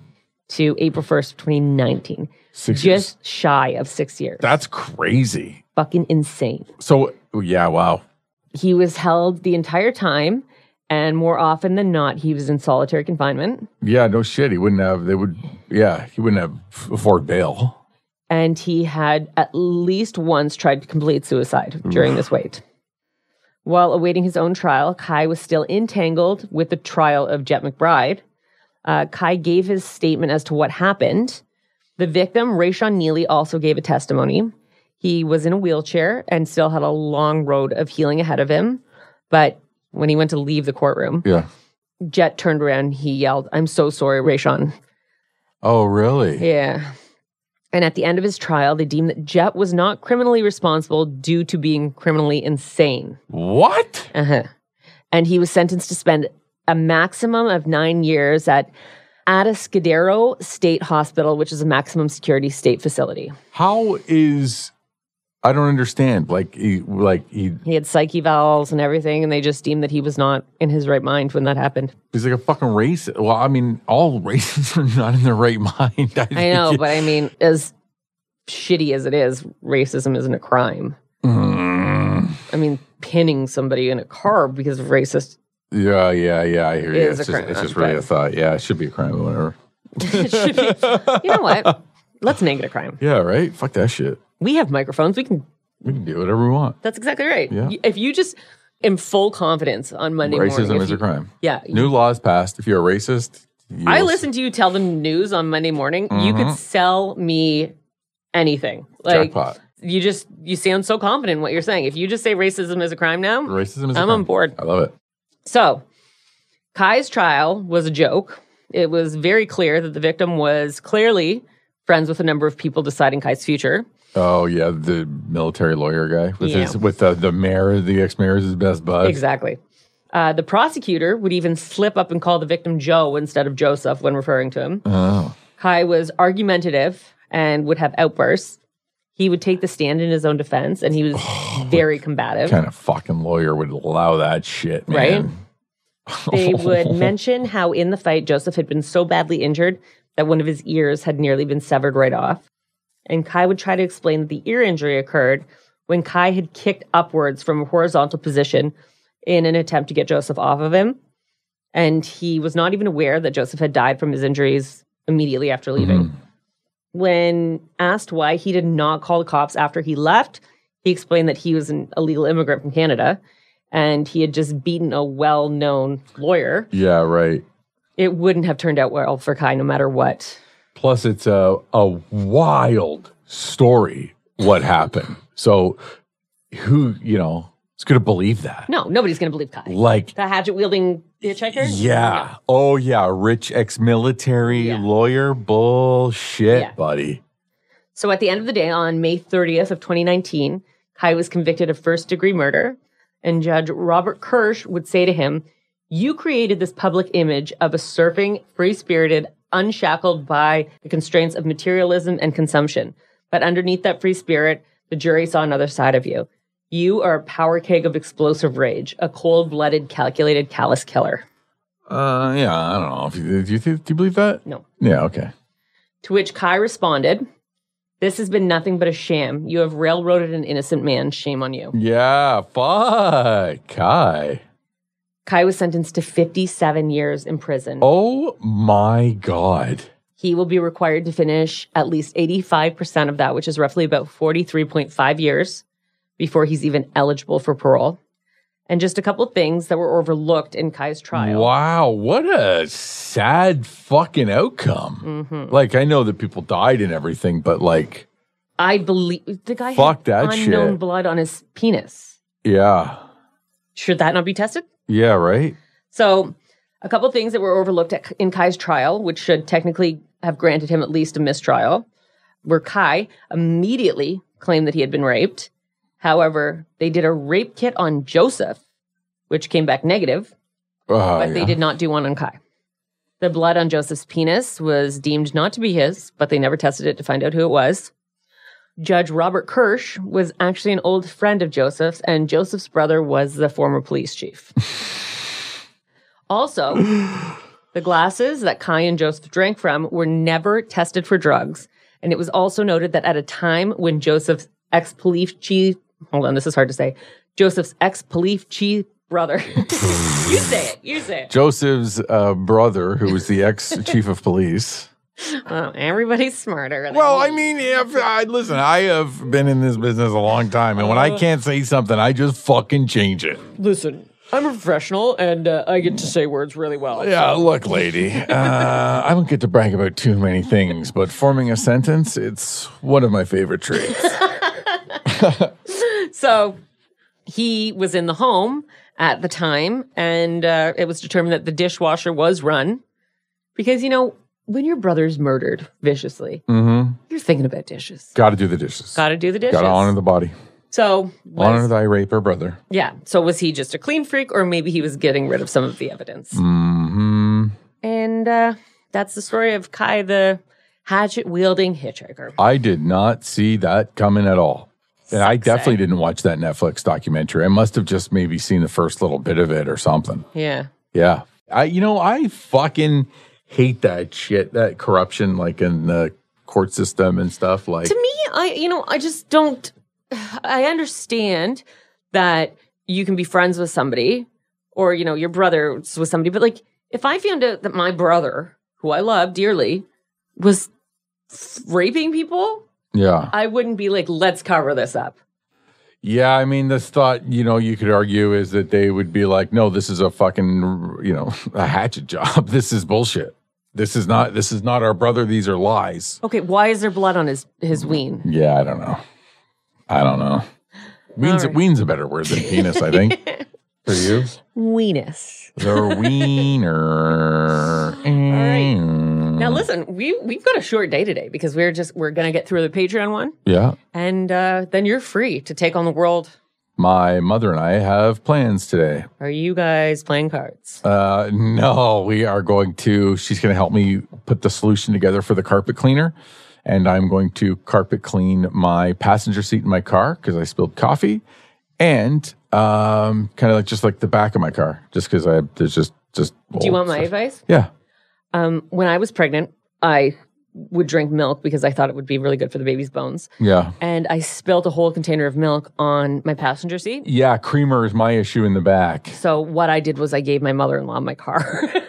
Speaker 1: to April 1st of 2019.
Speaker 2: Six years.
Speaker 1: Just shy of 6 years.
Speaker 2: That's crazy.
Speaker 1: Fucking insane.
Speaker 2: So, yeah, wow.
Speaker 1: He was held the entire time and more often than not he was in solitary confinement
Speaker 2: Yeah, no shit. He wouldn't have, they would, yeah, he wouldn't have afford bail.
Speaker 1: and he had at least once tried to complete suicide during this wait. While awaiting his own trial, Kai was still entangled with the trial of Jet McBride. Uh, Kai gave his statement as to what happened. The victim, Rayshon Neely, also gave a testimony. He was in a wheelchair and still had a long road of healing ahead of him. But when he went to leave the courtroom,
Speaker 2: Yeah.
Speaker 1: Jet turned around. And he yelled, "I'm so sorry, Rayshon."
Speaker 2: Oh, really?
Speaker 1: Yeah. And at the end of his trial, they deemed that Jet was not criminally responsible due to being criminally insane.
Speaker 2: What?
Speaker 1: Uh-huh. And he was sentenced to spend a maximum of nine years at Atascadero State Hospital, which is a maximum security state facility.
Speaker 2: How is, I don't understand. Like, he, like, he,
Speaker 1: He had psyche valves and everything, and they just deemed that he was not in his right mind when that happened.
Speaker 2: he's like a fucking racist. Well, I mean, all racists are not in their right mind. I,
Speaker 1: I
Speaker 2: think
Speaker 1: know,
Speaker 2: it-
Speaker 1: but I mean, as shitty as it is, racism isn't a crime.
Speaker 2: Mm.
Speaker 1: I mean, pinning somebody in a car because of racist
Speaker 2: yeah, yeah, yeah. I hear
Speaker 1: It
Speaker 2: you.
Speaker 1: is
Speaker 2: It's
Speaker 1: a
Speaker 2: just,
Speaker 1: crime,
Speaker 2: it's just really
Speaker 1: but-
Speaker 2: a thought. Yeah, it should be a crime or whatever.
Speaker 1: It should be- you know what? Let's make it a crime.
Speaker 2: Yeah, right? Fuck that shit.
Speaker 1: We have microphones. We can.
Speaker 2: We can do whatever we want.
Speaker 1: That's exactly right.
Speaker 2: Yeah.
Speaker 1: Y- If you just in full confidence on Monday morning,
Speaker 2: Racism
Speaker 1: if
Speaker 2: is
Speaker 1: you-
Speaker 2: a crime.
Speaker 1: Yeah.
Speaker 2: New laws passed. If you're a racist, you
Speaker 1: I
Speaker 2: will-
Speaker 1: listen to you tell the news on Monday morning. You
Speaker 2: Mm-hmm.
Speaker 1: could sell me anything. Like
Speaker 2: Jackpot.
Speaker 1: you just you sound so confident in what you're saying. If you just say racism is a crime now,
Speaker 2: Racism is. a
Speaker 1: I'm on
Speaker 2: crime.
Speaker 1: board.
Speaker 2: I love it.
Speaker 1: So, Kai's trial was a joke. It was very clear that the victim was clearly friends with a number of people deciding Kai's future.
Speaker 2: Oh yeah, the military lawyer guy with
Speaker 1: Yeah.
Speaker 2: his with the, the mayor, the ex mayor is his best bud.
Speaker 1: Exactly. Uh, the prosecutor would even slip up and call the victim Joe instead of Joseph when referring to him.
Speaker 2: Oh.
Speaker 1: Kai was argumentative and would have outbursts. He would take the stand in his own defense, and he was very combative.
Speaker 2: Kind of fucking lawyer would allow that shit, man.
Speaker 1: Right? They would mention how in the fight Joseph had been so badly injured that one of his ears had nearly been severed right off. And Kai would try to explain that the ear injury occurred when Kai had kicked upwards from a horizontal position in an attempt to get Joseph off of him. And he was not even aware that Joseph had died from his injuries immediately after leaving. When asked why he did not call the cops after he left, he explained that he was an illegal immigrant from Canada and he had just beaten a well known lawyer
Speaker 2: Yeah, right.
Speaker 1: it wouldn't have turned out well for Kai no matter what.
Speaker 2: Plus, it's a a wild story. What happened? So, who you know is going to believe that?
Speaker 1: No, nobody's going to believe Kai.
Speaker 2: Like,
Speaker 1: The hatchet wielding hitchhiker?
Speaker 2: yeah, oh yeah, rich ex military
Speaker 1: Yeah.
Speaker 2: lawyer bullshit,
Speaker 1: Yeah.
Speaker 2: buddy.
Speaker 1: So at the end of the day, on May 30th of 2019, Kai was convicted of first degree murder. And Judge Robert Kirsch would say to him, You created this public image of a surfing, free spirited, unshackled by the constraints of materialism and consumption. But underneath that free spirit, the jury saw another side of you. You are a power keg of explosive rage, a cold blooded, calculated, callous killer.
Speaker 2: Uh, yeah, I don't know. If you, do you think, do you believe that?
Speaker 1: No.
Speaker 2: Yeah. Okay.
Speaker 1: To which Kai responded, This has been nothing but a sham. You have railroaded an innocent man. Shame on you.
Speaker 2: Yeah. Fuck, Kai.
Speaker 1: Kai was sentenced to 57 years in prison.
Speaker 2: Oh my god.
Speaker 1: He will be required to finish at least 85% of that, which is roughly about 43.5 years before he's even eligible for parole. And just a couple of things that were overlooked in Kai's trial.
Speaker 2: Wow, what a sad fucking outcome.
Speaker 1: Mm-hmm. Mm.
Speaker 2: Like I know that people died and everything, but like
Speaker 1: I believe the guy
Speaker 2: Fuck
Speaker 1: had
Speaker 2: that
Speaker 1: unknown
Speaker 2: shit.
Speaker 1: blood on his penis.
Speaker 2: yeah.
Speaker 1: Should that not be tested?
Speaker 2: Yeah, right?
Speaker 1: So, a couple things that were overlooked at, in Kai's trial, which should technically have granted him at least a mistrial, were Kai immediately claimed that he had been raped. However, they did a rape kit on Joseph, which came back negative,
Speaker 2: Oh,
Speaker 1: but they
Speaker 2: yeah.
Speaker 1: did not do one on Kai. The blood on Joseph's penis was deemed not to be his, but they never tested it to find out who it was. Judge Robert Kirsch was actually an old friend of Joseph's, and Joseph's brother was the former police chief. also, the glasses that Kai and Joseph drank from were never tested for drugs. And it was also noted that at a time when Joseph's ex police chief, hold on, this is hard to say, Joseph's ex police chief brother, you say it, you say it.
Speaker 2: Joseph's uh, brother, who was the ex chief of police.
Speaker 1: Oh, everybody's smarter. than
Speaker 2: Well,
Speaker 1: me.
Speaker 2: I mean, if I listen, I have been in this business a long time, and when
Speaker 1: Uh.
Speaker 2: I can't say something, I just fucking change it.
Speaker 3: Listen, I'm a professional and uh, I get to say words really well.
Speaker 2: Yeah, look, lady, uh, I don't get to brag about too many things, but forming a sentence, it's one of my favorite traits.
Speaker 1: So he was in the home at the time, and uh, it was determined that the dishwasher was run because, you know, when your brother's murdered viciously,
Speaker 2: Mm-hmm.
Speaker 1: you're thinking about dishes.
Speaker 2: Got to do the dishes.
Speaker 1: Got to do the dishes.
Speaker 2: Got to honor the body.
Speaker 1: so, was-
Speaker 2: Honor thy raper, brother.
Speaker 1: yeah. So, was he just a clean freak, or maybe he was getting rid of some of the evidence?
Speaker 2: Mm. hmm
Speaker 1: And uh, that's the story of Kai, the hatchet wielding hitchhiker.
Speaker 2: I did not see that coming at all. And I definitely didn't watch that Netflix documentary. I must have just maybe seen the first little bit of it or something.
Speaker 1: Yeah.
Speaker 2: Yeah. I you know, I fucking hate that shit, that corruption like in the court system and stuff like
Speaker 1: to me i you know i just don't i understand that you can be friends with somebody or you know your brother's with somebody but like if i found out that my brother who i love dearly was raping people
Speaker 2: Yeah.
Speaker 1: i wouldn't be like let's cover this up
Speaker 2: Yeah, I mean, this thought, you know, you could argue is that they would be like, no, this is a fucking, you know, a hatchet job. This is bullshit. This is not, this is not our brother. These are lies.
Speaker 1: okay why is there blood on his his ween
Speaker 2: Yeah, I don't know. I don't know. Ween's,
Speaker 1: All right.
Speaker 2: ween's a better word than penis, I think. For you?
Speaker 1: weenus
Speaker 2: The wiener. All
Speaker 1: all right Now listen, we we've got a short day today because we're just we're gonna get through the Patreon one,
Speaker 2: Yeah.
Speaker 1: and uh, then you're free to take on the world.
Speaker 2: My mother and I have plans today.
Speaker 1: Are you guys playing cards?
Speaker 2: Uh, no, we are going to, she's going to help me put the solution together for the carpet cleaner. And I'm going to carpet clean my passenger seat in my car because I spilled coffee and um, kind of like just like the back of my car, just because I, there's just, just.
Speaker 1: Do you want my advice?
Speaker 2: Yeah.
Speaker 1: Um, when I was pregnant, I would drink milk because I thought it would be really good for the baby's bones,
Speaker 2: Yeah.
Speaker 1: and I spilled a whole container of milk on my passenger seat.
Speaker 2: Yeah. Creamer is my issue in the back.
Speaker 1: So what I did was I gave my mother-in-law my car.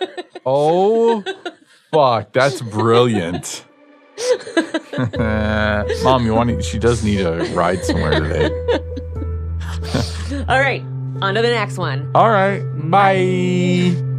Speaker 2: Oh, fuck. That's brilliant. Mom, you want to, she does need a ride somewhere today.
Speaker 1: All right, on to the next one.
Speaker 2: All right. Bye.